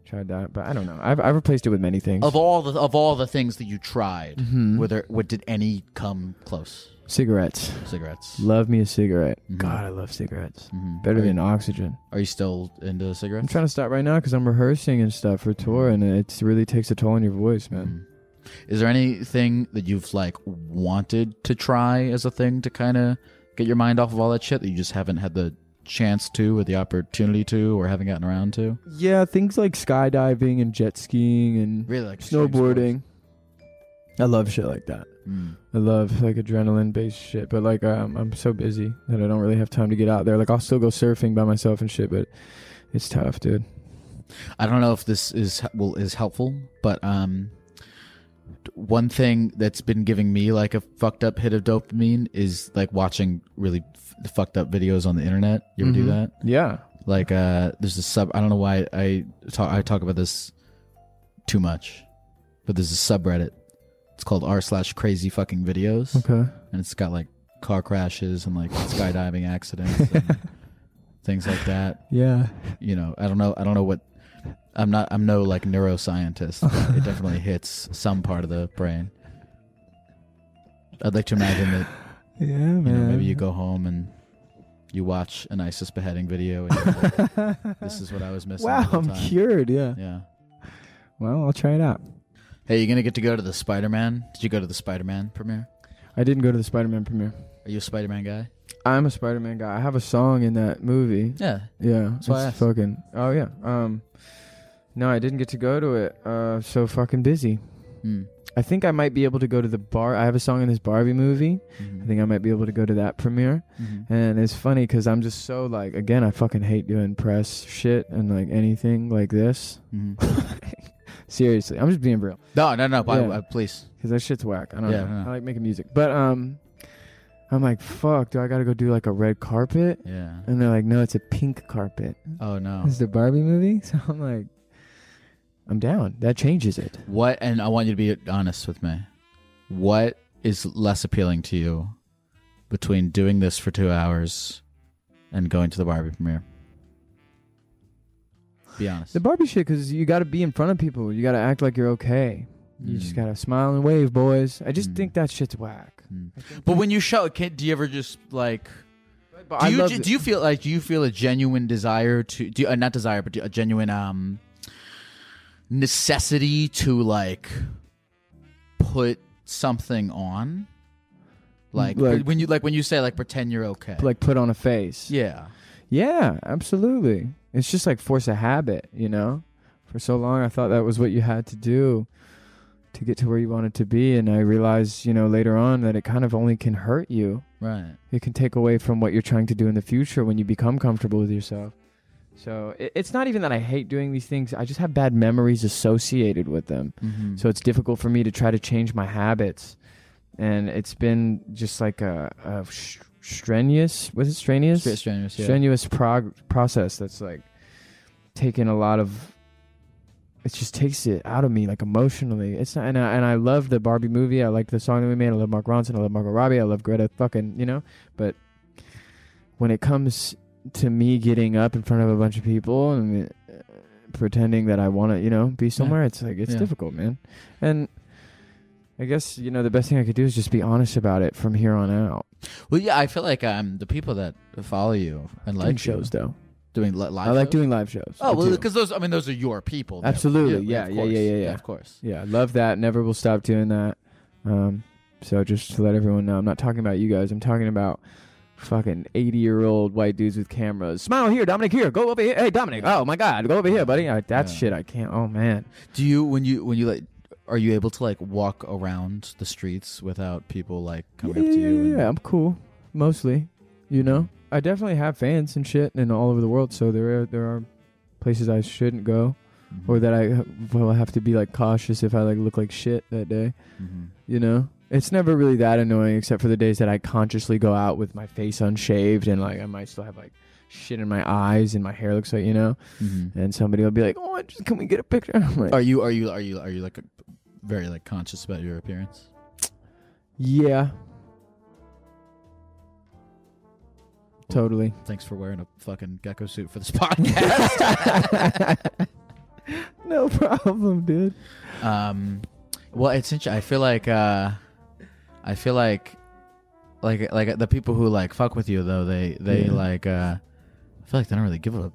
Speaker 2: tried that. But I don't know. I've I've replaced it with many things.
Speaker 1: Of all the of all the things that you tried,
Speaker 2: Mhm.
Speaker 1: were there, what did any come close?
Speaker 2: cigarettes.
Speaker 1: Cigarettes. Mm-hmm.
Speaker 2: Love me a cigarette. God, I love cigarettes.
Speaker 1: Mhm.
Speaker 2: Better
Speaker 1: Are you-
Speaker 2: than oxygen.
Speaker 1: Are you still into
Speaker 2: I'm
Speaker 1: cigarettes?
Speaker 2: trying to stop right now because I'm rehearsing and stuff for tour, and it really takes a toll on your voice,
Speaker 1: Mm-hmm.
Speaker 2: man.
Speaker 1: Is there anything that you've like wanted to try as a thing to kind of get your mind off of all that shit that you just haven't had the chance to or the opportunity to or haven't gotten around to?
Speaker 2: Yeah, things like skydiving and jet skiing and
Speaker 1: Really, like extreme
Speaker 2: snowboarding. I love shit like that.
Speaker 1: Mm.
Speaker 2: I love like adrenaline based shit, but like um, I'm so busy that I don't really have time to get out there. Like I'll still go surfing by myself and shit, but it's tough, dude.
Speaker 1: I don't know if this is will is helpful, but um, one thing that's been giving me like a fucked up hit of dopamine is like watching really f- fucked up videos on the internet. You ever do
Speaker 2: Mhm.
Speaker 1: that?
Speaker 2: Yeah.
Speaker 1: Like uh, there's a sub. I don't know why I talk. I talk about this too much, but there's a subreddit. It's called r slash crazy fucking videos.
Speaker 2: Okay.
Speaker 1: and it's got like car crashes and like skydiving accidents. and Things like that
Speaker 2: Yeah.
Speaker 1: you know i don't know i don't know what i'm not i'm no like neuroscientist but it definitely hits some part of the brain i'd like to imagine that
Speaker 2: Yeah,
Speaker 1: you know,
Speaker 2: man.
Speaker 1: maybe you go home and you watch an isis beheading video and you're like, this is what i was missing
Speaker 2: Wow,
Speaker 1: the whole
Speaker 2: I'm
Speaker 1: time.
Speaker 2: cured. Yeah.
Speaker 1: yeah
Speaker 2: Well, I'll try it out.
Speaker 1: hey you're gonna get to go to the spider-man did you go to the spider-man premiere
Speaker 2: I didn't go to the Spider-Man premiere.
Speaker 1: are you a spider-man guy
Speaker 2: I'm a Spider-Man guy. I have a song in that movie.
Speaker 1: yeah
Speaker 2: Yeah.
Speaker 1: That's why I
Speaker 2: it's
Speaker 1: asked.
Speaker 2: fucking. Oh yeah. Um. No, I didn't get to go to it. Uh, so fucking busy.
Speaker 1: Hmm.
Speaker 2: I think I might be able to go to the bar. I have a song in this Barbie movie.
Speaker 1: Mm-hmm.
Speaker 2: I think I might be able to go to that premiere.
Speaker 1: Mhm.
Speaker 2: And it's funny because I'm just so like, again, I fucking hate doing press shit and like anything like this. Seriously, I'm just being real.
Speaker 1: Mm-hmm. No, no, no. I- I- please.
Speaker 2: because that shit's whack. I don't
Speaker 1: Yeah,
Speaker 2: know.
Speaker 1: no.
Speaker 2: I like making music, but um, I'm like, fuck, do I gotta go do like a red carpet?
Speaker 1: Yeah.
Speaker 2: And they're like, no, it's a pink carpet.
Speaker 1: Oh no.
Speaker 2: It's the Barbie movie, so I'm like, I'm down. That changes it.
Speaker 1: What? And I want you to be honest with me. What is less appealing to you between doing this for two hours and going to the Barbie premiere? Be honest.
Speaker 2: The Barbie shit, because you got to be in front of people. You got to act like you're okay. You just
Speaker 1: Mm.
Speaker 2: got to smile and wave, boys. I just think that shit's whack.
Speaker 1: But when you show, can, do you ever just like?
Speaker 2: but
Speaker 1: do
Speaker 2: I
Speaker 1: you
Speaker 2: love
Speaker 1: do,
Speaker 2: it.
Speaker 1: you feel like do you feel a genuine desire to do uh, not desire but a genuine um necessity to like put something on like,
Speaker 2: Like-
Speaker 1: when you like when you say like pretend you're okay
Speaker 2: Like, put on a face.
Speaker 1: yeah
Speaker 2: Yeah, absolutely. It's just like force a habit, you know? For so long, I thought that was what you had to do to get to where you wanted to be. And I realized, you know, later on that it kind of only can hurt you.
Speaker 1: right
Speaker 2: It can take away from what you're trying to do in the future when you become comfortable with yourself. So it, it's not even that I hate doing these things, I just have bad memories associated with them.
Speaker 1: Mhm.
Speaker 2: So it's difficult for me to try to change my habits. And it's been just like a, a sh- strenuous, was it strenuous?
Speaker 1: Stre- strenuous, yeah.
Speaker 2: Strenuous prog- process that's like taken a lot of. It just takes it out of me, like emotionally. It's not, and I, and I love the Barbie movie. I like the song that we made. I love Mark Ronson. I love Margot Robbie. I love Greta. Fucking, you know. But when it comes to me getting up in front of a bunch of people and uh, pretending that I want to, you know, be somewhere, it's like it's
Speaker 1: Yeah.
Speaker 2: difficult, man. And I guess you know the best thing I could do is just be honest about it from here on out.
Speaker 1: well yeah i feel like um the people that follow you and
Speaker 2: Doing
Speaker 1: like
Speaker 2: shows,
Speaker 1: you,
Speaker 2: though.
Speaker 1: doing li- live
Speaker 2: I like
Speaker 1: shows?
Speaker 2: doing live shows. I
Speaker 1: oh well
Speaker 2: do.
Speaker 1: because those i mean those are your people that-
Speaker 2: Absolutely. Yeah,
Speaker 1: of
Speaker 2: yeah, yeah,
Speaker 1: course.
Speaker 2: yeah, yeah,
Speaker 1: of course
Speaker 2: Yeah, I love that. Never will stop doing that. Um, so just to let everyone know, I'm not talking about you guys. I'm talking about fucking 80 year old white dudes with cameras. Smile here, Dominic here. Go over here. Hey, Dominic. Oh my God, go over here, buddy. I, that shit, I can't. Oh man.
Speaker 1: Do you when you when you like are you able to like walk around the streets without people like coming up to you?
Speaker 2: Yeah, I'm cool mostly. You know, I definitely have fans and shit, and all over the world. So there are there are places I shouldn't go,
Speaker 1: Mm-hmm.
Speaker 2: or that I will have to be like cautious if I like look like shit that day.
Speaker 1: Mm-hmm.
Speaker 2: You know, it's never really that annoying, except for the days that I consciously go out with my face unshaved and like I might still have like shit in my eyes and my hair looks like you know,
Speaker 1: Mhm.
Speaker 2: and somebody will be like, "Oh, just, can we get a picture?" I'm like,
Speaker 1: Are you are you are you are you like very like conscious about your appearance?
Speaker 2: "Yeah, totally."
Speaker 1: Thanks for wearing a fucking gecko suit for this podcast.
Speaker 2: no problem, dude.
Speaker 1: Um, well, it's interesting. I feel like uh, I feel like like like the people who like fuck with you though they they
Speaker 2: Yeah.
Speaker 1: like uh, I feel like they don't really give a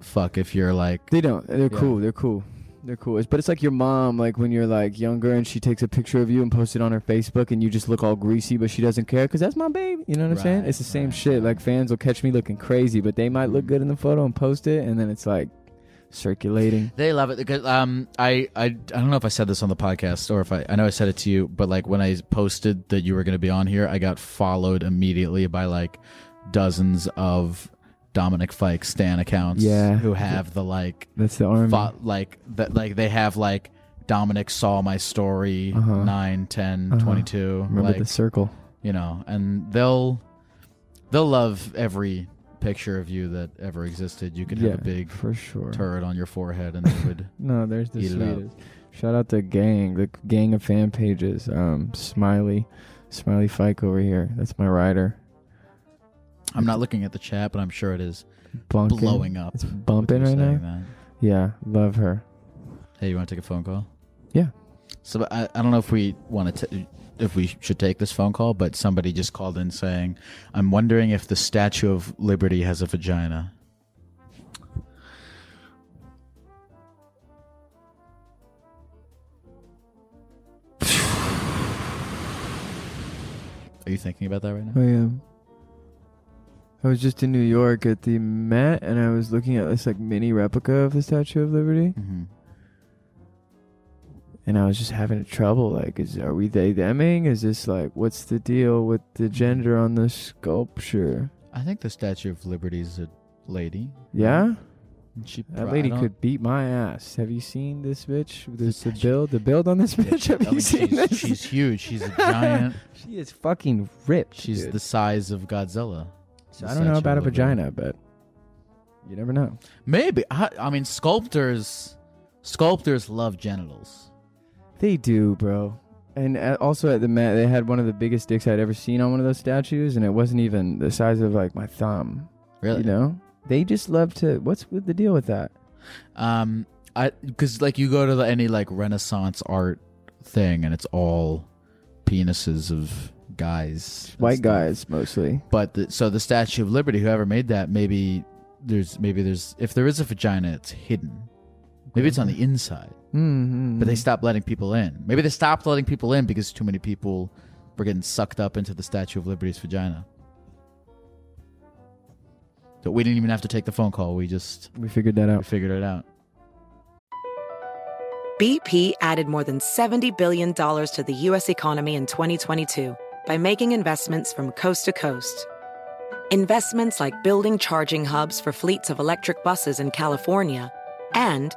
Speaker 1: fuck if you're like
Speaker 2: They don't. They're
Speaker 1: Yeah.
Speaker 2: cool. They're cool. They're cool. It's, but it's like your mom, like when you're like younger and she takes a picture of you and posts it on her Facebook, and you just look all greasy, but she doesn't care because that's my baby. You know what I'm saying?
Speaker 1: Right, Mm.
Speaker 2: It's the same shit. Like fans will catch me looking crazy, but they might look good in the photo and post it, and then it's like circulating.
Speaker 1: They love it because um, I, I I don't know if I said this on the podcast or if I I know I said it to you, but like when I posted that you were going to be on here, I got followed immediately by like dozens of Dominic Fike Stan accounts,
Speaker 2: Yeah.
Speaker 1: who have the like
Speaker 2: That's the army.
Speaker 1: fo- like that like they have like Dominic saw my story
Speaker 2: Uh-huh.
Speaker 1: nine, ten, twenty-two,
Speaker 2: Uh-huh.
Speaker 1: 9, 10, 22,
Speaker 2: Remember
Speaker 1: like
Speaker 2: the circle.
Speaker 1: you know, and they'll they'll love every picture of you that ever existed. You could
Speaker 2: Yeah,
Speaker 1: have a big
Speaker 2: for sure.
Speaker 1: turret on your forehead, and they would.
Speaker 2: No, there's the
Speaker 1: Eat it up.
Speaker 2: sweetest. Shout out to gang, the gang of fan pages. Um, Smiley, Smiley Fike over here. That's my rider.
Speaker 1: I'm not looking at the chat, but I'm sure it is
Speaker 2: Bunking.
Speaker 1: blowing up.
Speaker 2: It's
Speaker 1: with
Speaker 2: bumping
Speaker 1: you
Speaker 2: right now.
Speaker 1: saying that.
Speaker 2: Yeah, love her.
Speaker 1: Hey, you want to take a phone call?
Speaker 2: Yeah.
Speaker 1: So I, I don't know if we want to if we should take this phone call, but somebody just called in saying, "I'm wondering if the Statue of Liberty has a vagina." Are you thinking about that right now?
Speaker 2: I am. Oh, I was just in New York at the Met, and I
Speaker 1: Mm-hmm.
Speaker 2: was looking at this like mini replica of the Statue of Liberty,
Speaker 1: Mhm.
Speaker 2: and I was just having trouble. Like, is are we they theming? Is this like what's the deal with the gender on the sculpture?
Speaker 1: I think the Statue of Liberty is a lady.
Speaker 2: Yeah.
Speaker 1: And She
Speaker 2: That
Speaker 1: pro- I
Speaker 2: lady
Speaker 1: don't-
Speaker 2: could beat my ass. Have you seen this bitch? This the build, the build on this bitch. Have
Speaker 1: I
Speaker 2: you
Speaker 1: mean,
Speaker 2: seen
Speaker 1: she's,
Speaker 2: this?
Speaker 1: she's huge. She's a giant.
Speaker 2: she is fucking ripped.
Speaker 1: She's
Speaker 2: dude.
Speaker 1: the size of Godzilla.
Speaker 2: So
Speaker 1: The
Speaker 2: I don't know
Speaker 1: Statue
Speaker 2: about a
Speaker 1: of Liberty.
Speaker 2: vagina, but you never know.
Speaker 1: Maybe I, I mean sculptors. Sculptors love genitals.
Speaker 2: They do, bro. And uh, also at the Met, they had one of the biggest dicks I'd ever seen on one of those statues, and it wasn't even the size of like my thumb.
Speaker 1: Really?
Speaker 2: You know, they just love to. What's with the deal with that?
Speaker 1: Um, I because like you go to the, any like Renaissance art thing and it's all penises of guys, and
Speaker 2: White
Speaker 1: stuff.
Speaker 2: guys mostly.
Speaker 1: But the, so the Statue of Liberty, whoever made that, maybe there's maybe there's if there is a vagina, it's hidden. Maybe it's on the inside,
Speaker 2: Mm-hmm.
Speaker 1: but they stopped letting people in. Maybe they stopped letting people in because too many people were getting sucked up into the Statue of Liberty's vagina. So we didn't even have to take the phone call. We just
Speaker 2: we figured that
Speaker 1: we
Speaker 2: out.
Speaker 1: figured it out.
Speaker 9: BP added more than $70 billion to the U.S. economy in 2022 by making investments from coast to coast. Investments like building charging hubs for fleets of electric buses in California and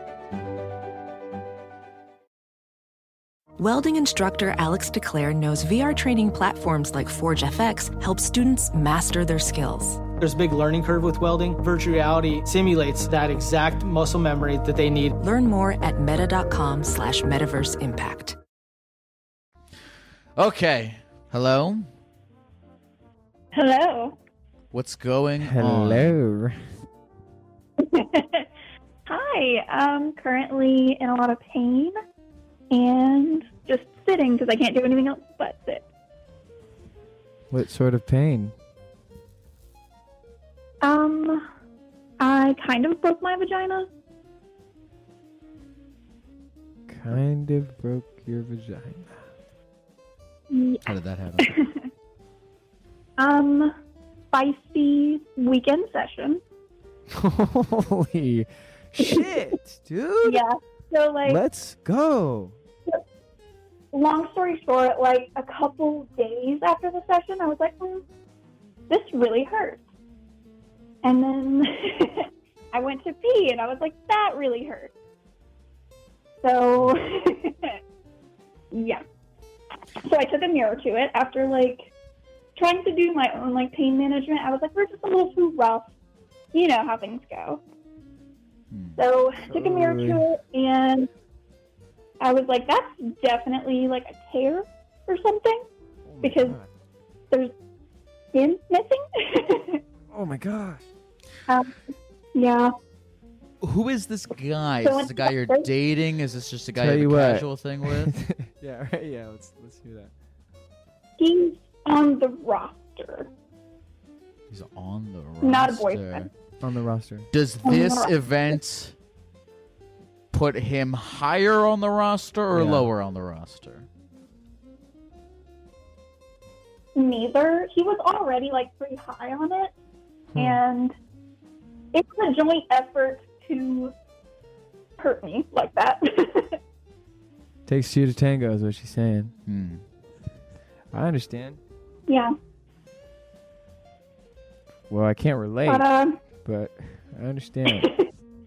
Speaker 10: Welding instructor Alex DeClaire knows VR training platforms like Forge FX help students master their skills.
Speaker 11: There's a big learning curve with welding. Virtual reality simulates that exact muscle memory that they need.
Speaker 10: Learn more at meta.com slash metaverse impact.
Speaker 1: Okay. Hello.
Speaker 12: Hello.
Speaker 1: What's going on?
Speaker 2: Hello.
Speaker 12: Hi. I'm currently in a lot of pain and just sitting because I can't do anything else but sit.
Speaker 2: What sort of pain?
Speaker 12: Um, I kind of broke my vagina.
Speaker 2: Kind of broke your vagina.
Speaker 12: Yeah.
Speaker 1: How did that happen?
Speaker 12: Um, spicy weekend session.
Speaker 2: Holy shit, dude!
Speaker 12: Yeah. So like,
Speaker 2: Let's go.
Speaker 12: long story short, like a couple days after the session, I was like, mm, this really hurts. And then I went to pee and I was like, that really hurts. So, yeah. So I took a mirror to it after like trying to do my own like pain management. I was like, we're just a little too rough. You know how things go. So took a mirror to it and I was like, that's definitely like a tear or something because there's skin missing.
Speaker 2: Oh my gosh.
Speaker 12: um, yeah.
Speaker 1: Who is this guy?
Speaker 12: So
Speaker 1: Is this a guy you're dating? Is this just a guy
Speaker 2: Tell
Speaker 1: you
Speaker 2: you
Speaker 1: have a
Speaker 2: what.
Speaker 1: casual thing with?
Speaker 2: Yeah, right. Yeah, let's let's hear that.
Speaker 12: He's on the roster.
Speaker 1: He's on the roster.
Speaker 12: Not a boyfriend.
Speaker 2: On the roster.
Speaker 1: Does
Speaker 12: On the
Speaker 1: this
Speaker 12: roster.
Speaker 1: event put him higher on the roster or
Speaker 2: Yeah.
Speaker 1: lower on the roster?
Speaker 12: Neither. He was already like pretty high on it.
Speaker 2: Hmm.
Speaker 12: And it's a joint effort to hurt me like that.
Speaker 2: Takes two to tango is what she's saying.
Speaker 1: Hmm.
Speaker 2: I understand.
Speaker 12: yeah.
Speaker 2: Well, I can't relate,
Speaker 12: But, uh,
Speaker 2: but I understand.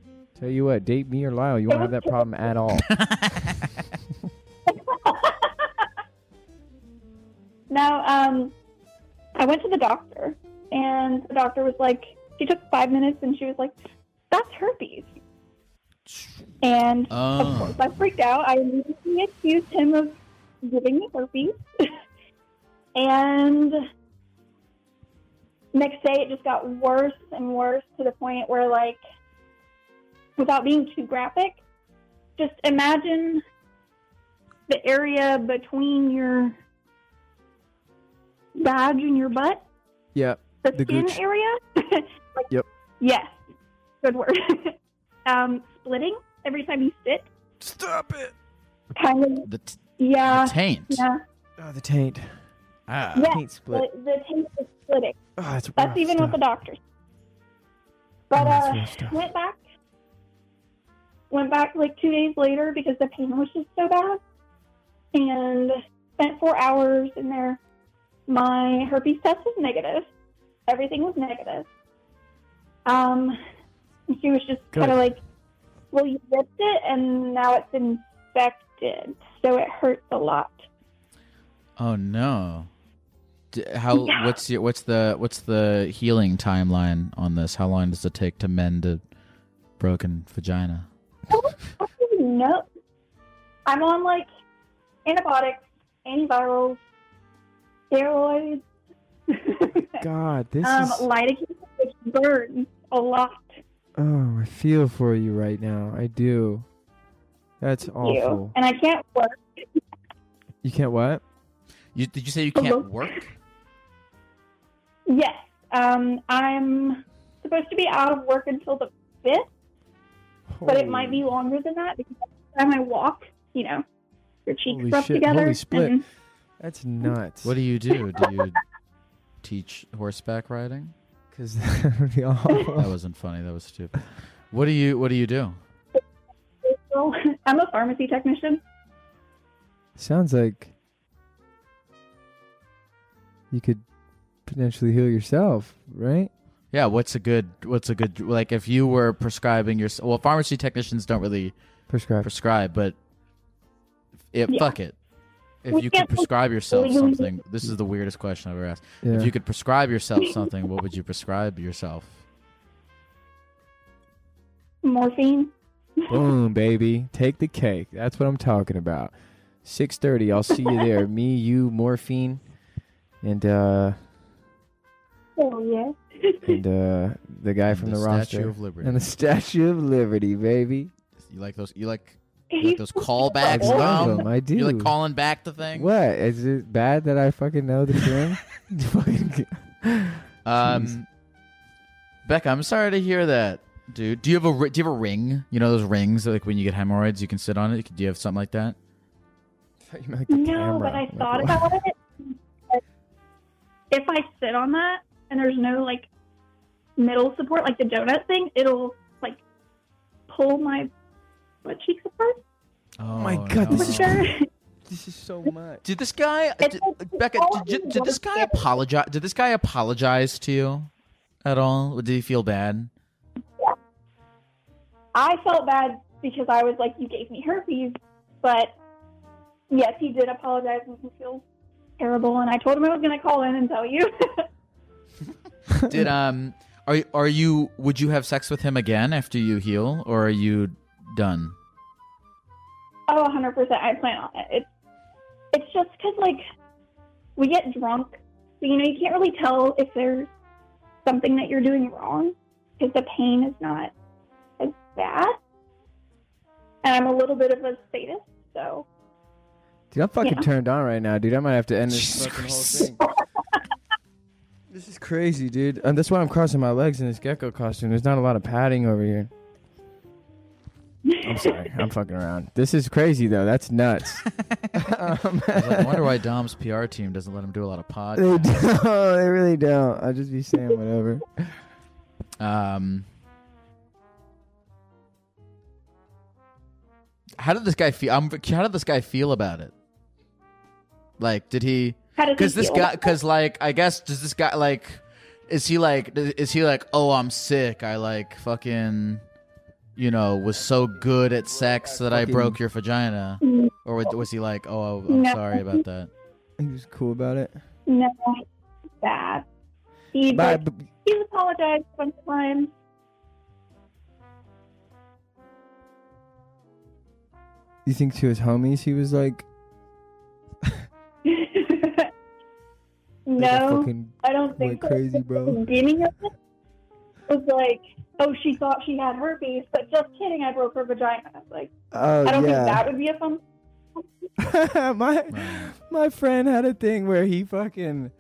Speaker 2: Tell you what, date me or Lyle. You won't have that problem at all.
Speaker 12: Now, um, I went to the doctor, and the doctor was like, she took five minutes, and she was like, "That's herpes." And of
Speaker 1: Oh.
Speaker 12: course, I freaked out. I immediately accused him of giving me herpes, and next day it just got worse and worse to the point where, like, without being too graphic, just imagine the area between your badge in your butt,
Speaker 2: yeah.
Speaker 12: the,
Speaker 2: The
Speaker 12: skin
Speaker 2: gooch.
Speaker 12: area. Like-
Speaker 2: Yep.
Speaker 12: Yes. Good word. um, splitting every time you sit.
Speaker 2: Stop it.
Speaker 12: Kind of.
Speaker 1: The t-
Speaker 12: Yeah.
Speaker 1: The taint.
Speaker 12: Yeah.
Speaker 2: Oh, the taint.
Speaker 1: Ah.
Speaker 12: yeah.
Speaker 2: Uh, Taint split.
Speaker 12: The, the taint is splitting.
Speaker 2: Oh, that's rough
Speaker 12: That's even with
Speaker 2: stuff.
Speaker 12: the doctors. But
Speaker 2: that's
Speaker 12: uh,
Speaker 2: rough stuff.
Speaker 12: went back. Went back like two days later because the pain was just so bad, and spent four hours in there. My herpes test was negative. Everything was negative. Um, she was just
Speaker 2: Good.
Speaker 12: kind of like, "Well, you ripped it, and now it's infected, so it hurts a lot."
Speaker 1: Oh no. D- How
Speaker 12: Yeah.
Speaker 1: what's your what's the what's the healing timeline on this? How long does it take to mend a broken vagina?
Speaker 12: I don't even know. I'm on like antibiotics, antivirals, steroids,
Speaker 2: God, this
Speaker 12: um,
Speaker 2: is.
Speaker 12: lidocaine, which burns a lot.
Speaker 2: Oh, I feel for you right now. I do. That's
Speaker 12: you.
Speaker 2: awful.
Speaker 12: And I can't work.
Speaker 2: You can't what?
Speaker 1: You did you say you
Speaker 12: can't
Speaker 1: work?
Speaker 12: Yes, um, I'm supposed to be out of work until the fifth, but it might be longer than that because by the time I walk, you know, your cheeks
Speaker 1: Holy
Speaker 12: rub
Speaker 1: shit,
Speaker 12: together.
Speaker 1: holy split.
Speaker 12: and-
Speaker 2: That's nuts.
Speaker 1: What do you do? Do you teach horseback riding?
Speaker 2: Cuz that would be awful.
Speaker 1: That wasn't funny. That was stupid. What do you what do you do?
Speaker 12: so, I'm a pharmacy technician.
Speaker 2: Sounds like you could potentially heal yourself, right?
Speaker 1: Yeah, what's a good what's a good like if you were prescribing your well pharmacy technicians don't really
Speaker 2: prescribe
Speaker 1: prescribe but if
Speaker 12: Yeah.
Speaker 1: fuck it if
Speaker 12: We
Speaker 1: you could
Speaker 12: can't
Speaker 1: prescribe yourself
Speaker 12: legally-
Speaker 1: something this is the weirdest question I've ever asked
Speaker 2: Yeah.
Speaker 1: if you could prescribe yourself something what would you prescribe yourself
Speaker 12: Morphine.
Speaker 2: Boom, baby. Take the cake. That's what I'm talking about. 6:30. I'll see you there. Me, you, morphine, and uh
Speaker 12: Oh yeah.
Speaker 2: and uh the guy from
Speaker 1: the
Speaker 2: the,
Speaker 1: Statue
Speaker 2: roster
Speaker 1: of Liberty.
Speaker 2: and the Statue of Liberty, baby.
Speaker 1: you like those you like, you like those callbacks
Speaker 2: I love
Speaker 1: Tom?
Speaker 2: them. I do.
Speaker 1: you like calling back to things
Speaker 2: What is it bad that I fucking know the term? Fucking-
Speaker 1: um Becca I'm sorry to hear that dude do you have a ri- do you have a ring you know those rings like when you get hemorrhoids you can sit on it do you have something like that
Speaker 12: No, but I thought about it. But If I sit on that and there's no like middle support, like the donut thing, it'll like pull my butt cheeks apart.
Speaker 1: oh
Speaker 2: my God, this is
Speaker 12: Sure.
Speaker 2: This is so much.
Speaker 1: Did this guy, did, Becca? Did, you- did this guy apologize? Did this guy apologize to you at all? Did he feel bad?
Speaker 12: I felt bad because I was like, "You gave me herpes," but yes, he did apologize and he feels terrible. And I told him I was going to call in and tell you.
Speaker 1: Did um, are are you? Would you have sex with him again after you heal, or are you done?
Speaker 12: Oh, 100%. I plan on it. It's, it's just because, like, we get drunk. So, you know, you can't really tell if there's something that you're doing wrong because the pain is not as bad. And I'm a little bit of a sadist, so.
Speaker 2: Dude, I'm fucking
Speaker 12: Yeah.
Speaker 2: turned on right now, dude. I might have to end this fucking whole thing. this is crazy, dude. And that's why I'm crossing my legs in this gecko costume. There's not a lot of padding over here. I'm sorry. I'm fucking around. This is crazy though. That's nuts.
Speaker 1: I wonder why Dom's PR team doesn't let him do a lot of
Speaker 2: they
Speaker 1: podcasts.
Speaker 2: don't. They really don't. I'll just be saying whatever.
Speaker 1: Um, how did this guy feel? I'm, how did this guy feel about it? Like, did he?
Speaker 12: How did he
Speaker 1: Because this
Speaker 12: feel
Speaker 1: guy,
Speaker 12: about it?
Speaker 1: because like, I guess does this guy like? Is he like? Is he like? Oh, I'm sick. I like fucking. You know, was so good at sex that I
Speaker 2: Fucking-
Speaker 1: broke your vagina, or was, was he like, "Oh, I'm
Speaker 12: Mm. No.
Speaker 1: sorry about that."
Speaker 2: He was cool about it.
Speaker 12: No, it's bad. He,
Speaker 2: Bye,
Speaker 12: like, he's apologized a bunch of times.
Speaker 2: You think to his homies he was like,
Speaker 12: No,
Speaker 2: fucking
Speaker 12: I don't think
Speaker 2: went
Speaker 12: so.
Speaker 2: crazy,
Speaker 12: At
Speaker 2: bro.
Speaker 12: The beginning of it was like, oh, she thought she had herpes, but just kidding, I broke her vagina. Like,
Speaker 2: "Oh
Speaker 12: I don't
Speaker 2: yeah."
Speaker 12: think that would be a fun.
Speaker 2: my my friend had a thing where he fucking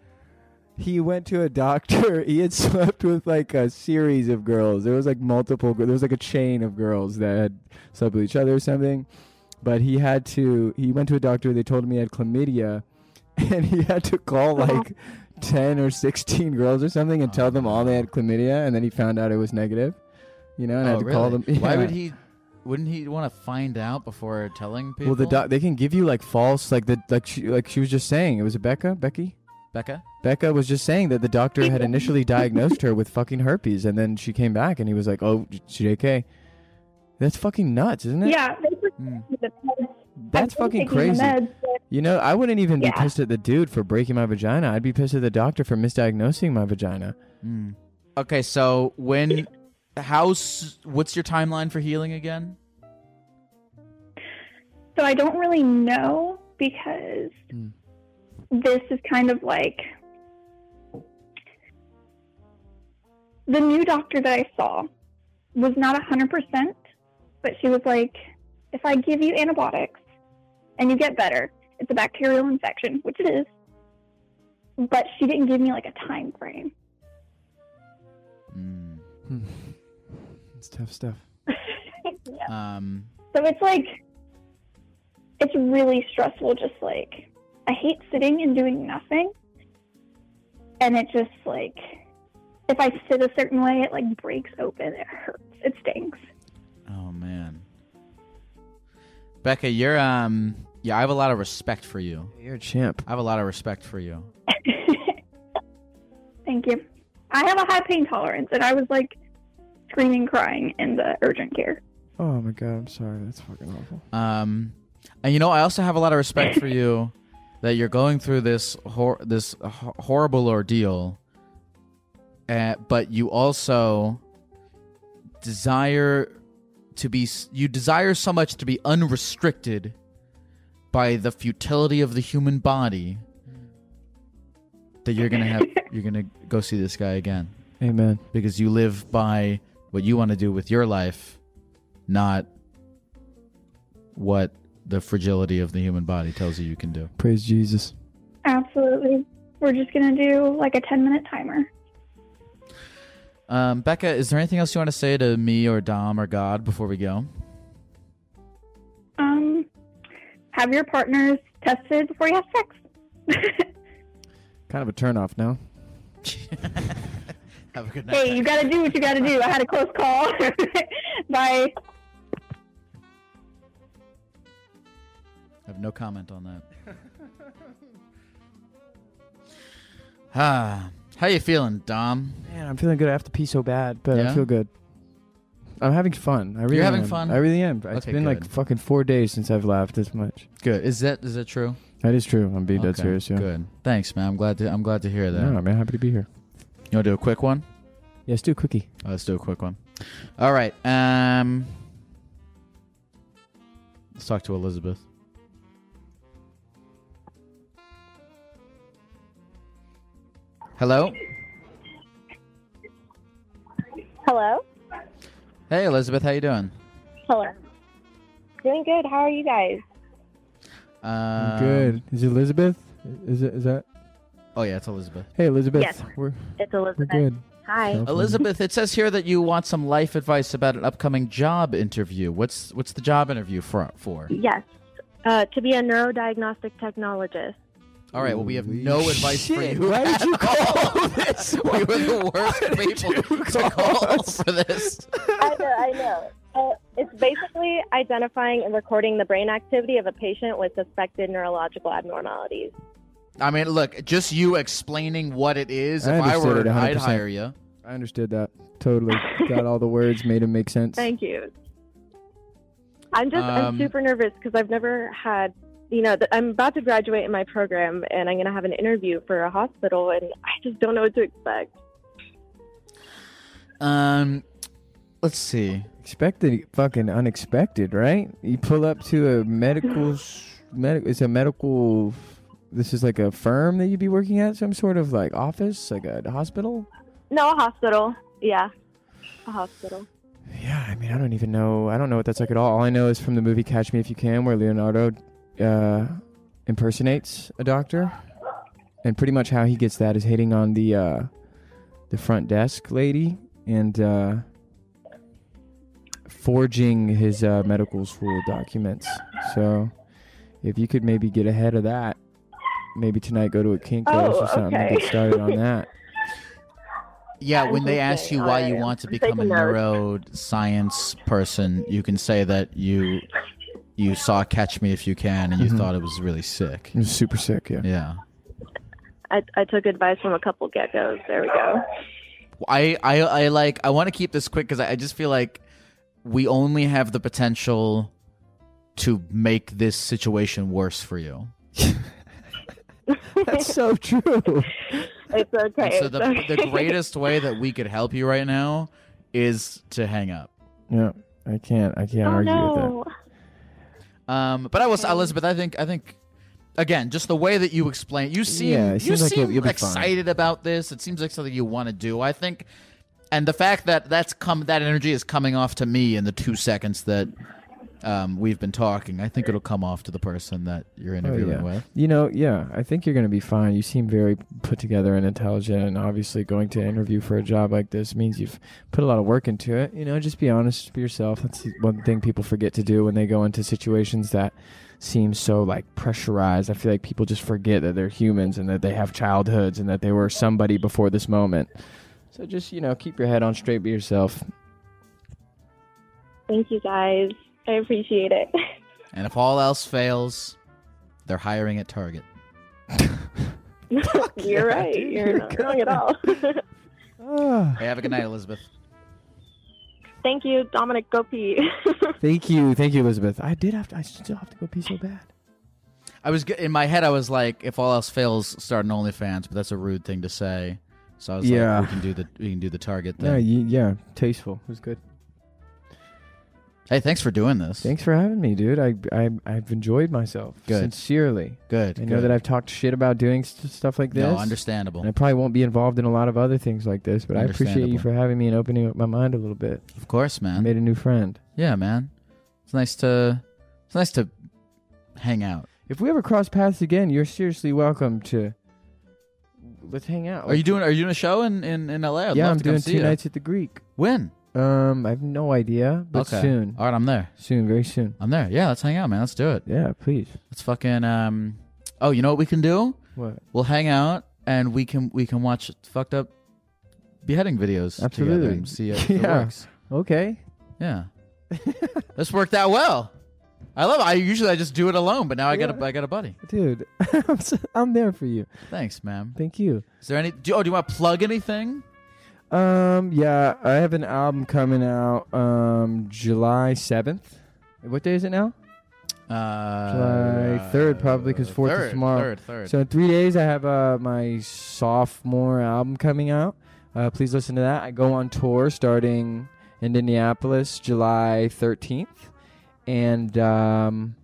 Speaker 2: he went to a doctor. He had slept with like a series of girls. There was like multiple. gir- There was like a chain of girls that had slept with each other or something. but he had to. He went to a doctor. They told him he had chlamydia, and he had to call like ten or sixteen girls or something and tell them all they had chlamydia, and then he found out it was negative. You know, and had
Speaker 1: Oh,
Speaker 2: to call
Speaker 1: really?
Speaker 2: them.
Speaker 1: Why
Speaker 2: Yeah.
Speaker 1: would he? Wouldn't he want to find out before telling people?
Speaker 2: Well, the doc, they can give you like false, like the like she like she was just saying. It was a Becca, Becky.
Speaker 1: Becca?
Speaker 2: Becca was just saying that the doctor had initially diagnosed her with fucking herpes, and then she came back and he was like, "Oh, JK, that's fucking nuts, isn't it? Hmm.
Speaker 12: Yeah, they took the meds.
Speaker 2: that's
Speaker 12: I've been taking
Speaker 2: fucking
Speaker 12: the
Speaker 2: crazy.
Speaker 12: meds, but
Speaker 2: You know, I wouldn't even be
Speaker 12: Yeah.
Speaker 2: pissed at the dude for breaking my vagina. I'd be pissed at the doctor for misdiagnosing my vagina.
Speaker 1: Mm. Okay, so when, how, s- what's your timeline for healing again?
Speaker 12: So I don't really know because this is kind of like the new doctor that I saw was not 100%, but she was like, if I give you antibiotics and you get better, it's a bacterial infection, which it is. But she didn't give me like a time frame.
Speaker 2: It's tough stuff.
Speaker 12: yeah.
Speaker 1: Um,
Speaker 12: So it's like, it's really stressful. Just like, I hate sitting and doing nothing. And it just like, if I sit a certain way, it like breaks open. It hurts. It stinks.
Speaker 1: Oh man, Becca, you're um, yeah, I have a lot of respect for you.
Speaker 2: You're a champ.
Speaker 1: I have a lot of respect for you.
Speaker 12: Thank you. I have a high pain tolerance, and I was like screaming, crying in the urgent care.
Speaker 2: Oh my god, I'm sorry. That's fucking awful.
Speaker 1: Um, and you know, I also have a lot of respect for you that you're going through this hor- this ho- horrible ordeal, uh, but you also desire to be s- you desire so much to be unrestricted by the futility of the human body that you're gonna have you're gonna go see this guy again
Speaker 2: Amen.
Speaker 1: because you live by what you want to do with your life, not what the fragility of the human body tells you you can do.
Speaker 2: Praise Jesus.
Speaker 12: Absolutely. We're just gonna do like a ten minute timer.
Speaker 1: Um, Becca, is there anything else you want to say to me or Dom or God before we go?
Speaker 12: Um, have your partners tested before you have sex.
Speaker 2: Kind of a turnoff now.
Speaker 1: Have a good
Speaker 12: hey, you gotta do what you gotta do. I had a close call. Bye.
Speaker 1: I have no comment on that. Ah, how you feeling, Dom?
Speaker 2: Man, I'm feeling good. I have to pee so bad, but
Speaker 1: Yeah?
Speaker 2: I feel good. I'm having fun. I really
Speaker 1: having
Speaker 2: am.
Speaker 1: fun?
Speaker 2: I really am. It's
Speaker 1: Okay,
Speaker 2: been like
Speaker 1: good.
Speaker 2: fucking four days since I've laughed this much.
Speaker 1: Good. Is that is that true?
Speaker 2: That is true. I'm being dead
Speaker 1: Okay,
Speaker 2: serious. Yeah.
Speaker 1: Good. Thanks, man. I'm glad to I'm glad to hear that.
Speaker 2: Yeah, man. Happy to be here.
Speaker 1: You want to do a quick one?
Speaker 2: Yeah, let's do a quickie.
Speaker 1: Oh, let's do a quick one. All right. Um, let's talk to Elizabeth. Hello.
Speaker 13: Hello?
Speaker 1: Hey, Elizabeth. How you doing?
Speaker 13: Hello. Doing good. How are you guys?
Speaker 1: Um,
Speaker 2: good. Is it Elizabeth? Is it? Is that?
Speaker 1: Oh yeah, it's Elizabeth.
Speaker 2: Hey, Elizabeth.
Speaker 13: Yes.
Speaker 2: We're
Speaker 13: It's Elizabeth.
Speaker 2: we're good.
Speaker 13: Hi.
Speaker 1: Elizabeth, it says here that you want some life advice about an upcoming job interview. What's what's the job interview for? for?
Speaker 13: Yes. Uh, to be a neurodiagnostic technologist.
Speaker 1: All right. Well, we have no advice for
Speaker 13: shit,
Speaker 1: you.
Speaker 13: why did
Speaker 1: at
Speaker 13: you call
Speaker 1: all. we were the worst people to call for this.
Speaker 13: I know. I know. Uh, it's basically identifying and recording the brain activity of a patient with suspected neurological abnormalities.
Speaker 1: I mean, look, just you explaining what it is.
Speaker 2: I
Speaker 1: if I
Speaker 2: understood
Speaker 1: were,
Speaker 2: it 100%.
Speaker 1: I'd hire you.
Speaker 2: I understood that totally. Got all the words. Made them make sense.
Speaker 13: Thank you. I'm just
Speaker 2: Um,
Speaker 13: I'm super nervous because I've never had you know that I'm about to graduate in my program and I'm going to have an interview for a hospital and I just don't know what to expect.
Speaker 1: Um, let's see.
Speaker 2: Expect the fucking unexpected, right? You pull up to a medical, s- medic. It's a medical. This is like a firm that you'd be working at, some sort of like office, like a hospital.
Speaker 13: No, a hospital. Yeah. A hospital.
Speaker 2: I mean, I don't even know. I don't know what that's like at all. All I know is from the movie Catch Me If You Can, where Leonardo uh, impersonates a doctor, and pretty much how he gets that is hitting on the uh, the front desk lady and uh, forging his uh, medical school documents So if you could maybe get ahead of that, maybe tonight go to a kink
Speaker 1: Oh,
Speaker 2: class or something and
Speaker 1: okay.
Speaker 2: get started on that.
Speaker 1: Yeah, when they ask you why you want to become a neuroscience person, you can say that you you saw Catch Me If You Can and you thought it was really sick.
Speaker 2: Mm-hmm. It was super sick, yeah.
Speaker 1: Yeah.
Speaker 13: I, I took advice from a couple geckos. There we go.
Speaker 1: I, I, I like I want to keep this quick because I, I just feel like we only have the potential to make this situation worse for you.
Speaker 2: That's so true.
Speaker 13: It's
Speaker 1: And
Speaker 13: okay.
Speaker 1: so the,
Speaker 13: it's okay.
Speaker 1: the greatest way that we could help you right now is to hang up.
Speaker 2: Yeah, I can't. I
Speaker 1: Oh,
Speaker 2: can't argue with
Speaker 1: Um, but I was Elizabeth. I think I think again, just the way that you explain, you seem
Speaker 2: Yeah, it
Speaker 1: you
Speaker 2: seems like you'll-
Speaker 1: seem
Speaker 2: you'll be fine.
Speaker 1: excited about this. It seems like something you want to do. I think, and the fact that that's come that energy is coming off to me in the two seconds that um, we've been talking. I think it'll come off to the person that you're
Speaker 2: that. Oh,
Speaker 1: interviewing
Speaker 2: yeah.
Speaker 1: with.
Speaker 2: You know, yeah, I think you're going to be fine. You seem very put together and intelligent, and obviously going to interview for a job like this means you've put a lot of work into it. You know, just be honest, be yourself. That's the one thing people forget to do when they go into situations that seem so like pressurized. I feel like people just forget that they're humans and that they have childhoods and that they were somebody before this moment. So just, you know, keep your head on straight, be yourself.
Speaker 13: Thank you guys. I appreciate it.
Speaker 1: And if all else fails, they're hiring at Target.
Speaker 13: You're right. You're not wrong at all.
Speaker 2: Ah.
Speaker 1: Hey, have a good night, Elizabeth.
Speaker 13: Thank you, Dominic. Go pee.
Speaker 2: Thank you, thank you, Elizabeth. I did have to. I still have to go pee so bad.
Speaker 1: I was g- in my head. I was like, if all else fails, start an OnlyFans, but that's a rude thing to say. So I was
Speaker 2: Yeah.
Speaker 1: like, we can do the we can do the Target thing.
Speaker 2: Yeah, you, yeah, tasteful. It was good.
Speaker 1: Hey, thanks for doing this.
Speaker 2: Thanks for having me, dude. I, I I've enjoyed myself.
Speaker 1: Good.
Speaker 2: Sincerely.
Speaker 1: Good,
Speaker 2: I know
Speaker 1: good.
Speaker 2: that I've talked shit about doing st- stuff like this.
Speaker 1: No, understandable.
Speaker 2: And I probably won't be involved in a lot of other things like this, but I appreciate you
Speaker 1: Understandable.
Speaker 2: for having me and opening up my mind a little bit.
Speaker 1: Of course, man.
Speaker 2: made a new friend.
Speaker 1: Yeah, man. It's nice to it's nice to hang out.
Speaker 2: If we ever cross paths again, you're seriously welcome to. Let's hang out.
Speaker 1: Are you doing are you doing a show in in, in LA? I'd
Speaker 2: yeah,
Speaker 1: love
Speaker 2: I'm
Speaker 1: to come
Speaker 2: doing
Speaker 1: see
Speaker 2: two
Speaker 1: you.
Speaker 2: nights at the Greek.
Speaker 1: When?
Speaker 2: Um, I have no idea, but
Speaker 1: Okay.
Speaker 2: soon.
Speaker 1: All right, I'm there.
Speaker 2: Soon, very soon.
Speaker 1: I'm there. Yeah, let's hang out, man. Let's do it.
Speaker 2: Yeah, please.
Speaker 1: Let's fucking um Oh, you know what we can do?
Speaker 2: What?
Speaker 1: We'll hang out and we can we can watch fucked up beheading videos together
Speaker 2: Absolutely.
Speaker 1: and see if it
Speaker 2: Yeah.
Speaker 1: works.
Speaker 2: Okay.
Speaker 1: Yeah. this worked out well. I love it. I usually I just do it alone, but now I got a I got a buddy.
Speaker 2: Dude, I'm, so, I'm there for you.
Speaker 1: Thanks, ma'am.
Speaker 2: Thank you.
Speaker 1: Is there any do, oh, do you want to plug anything?
Speaker 2: Um, yeah, I have an album coming out um July seventh. What day is it now?
Speaker 1: Uh,
Speaker 2: July third, probably because fourth
Speaker 1: third,
Speaker 2: is tomorrow.
Speaker 1: third, third.
Speaker 2: So in three days, I have uh, my sophomore album coming out. Uh, please listen to that. I go on tour starting in Indianapolis, July thirteenth, and um,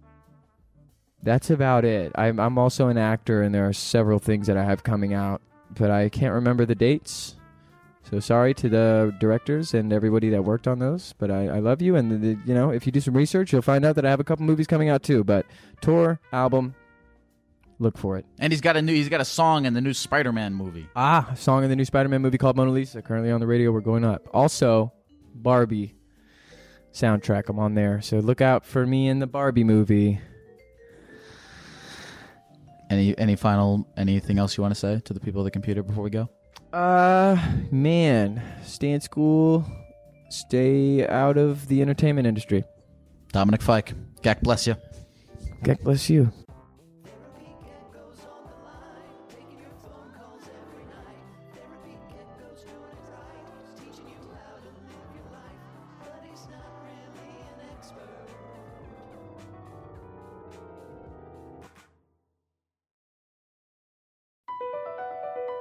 Speaker 2: that's about it. I'm, I'm also an actor, and there are several things that I have coming out, but I can't remember the dates. So sorry to the directors and everybody that worked on those, but I, I love you. And the, the- you know, if you do some research, you'll find out that I have a couple movies coming out too. But tour, album, look for it.
Speaker 1: And he's got a new he's got a song in the new Spider-Man movie.
Speaker 2: Ah, song in the new Spider-Man movie called Mona Lisa, currently on the radio. We're going up. Also, Barbie soundtrack. I'm on there, so look out for me in the Barbie movie.
Speaker 1: Any any final anything else you want to say to the people at the computer before we go?
Speaker 2: Uh, man, stay in school, stay out of the entertainment industry.
Speaker 1: Dominic Fike, Gak bless you.
Speaker 2: God bless you.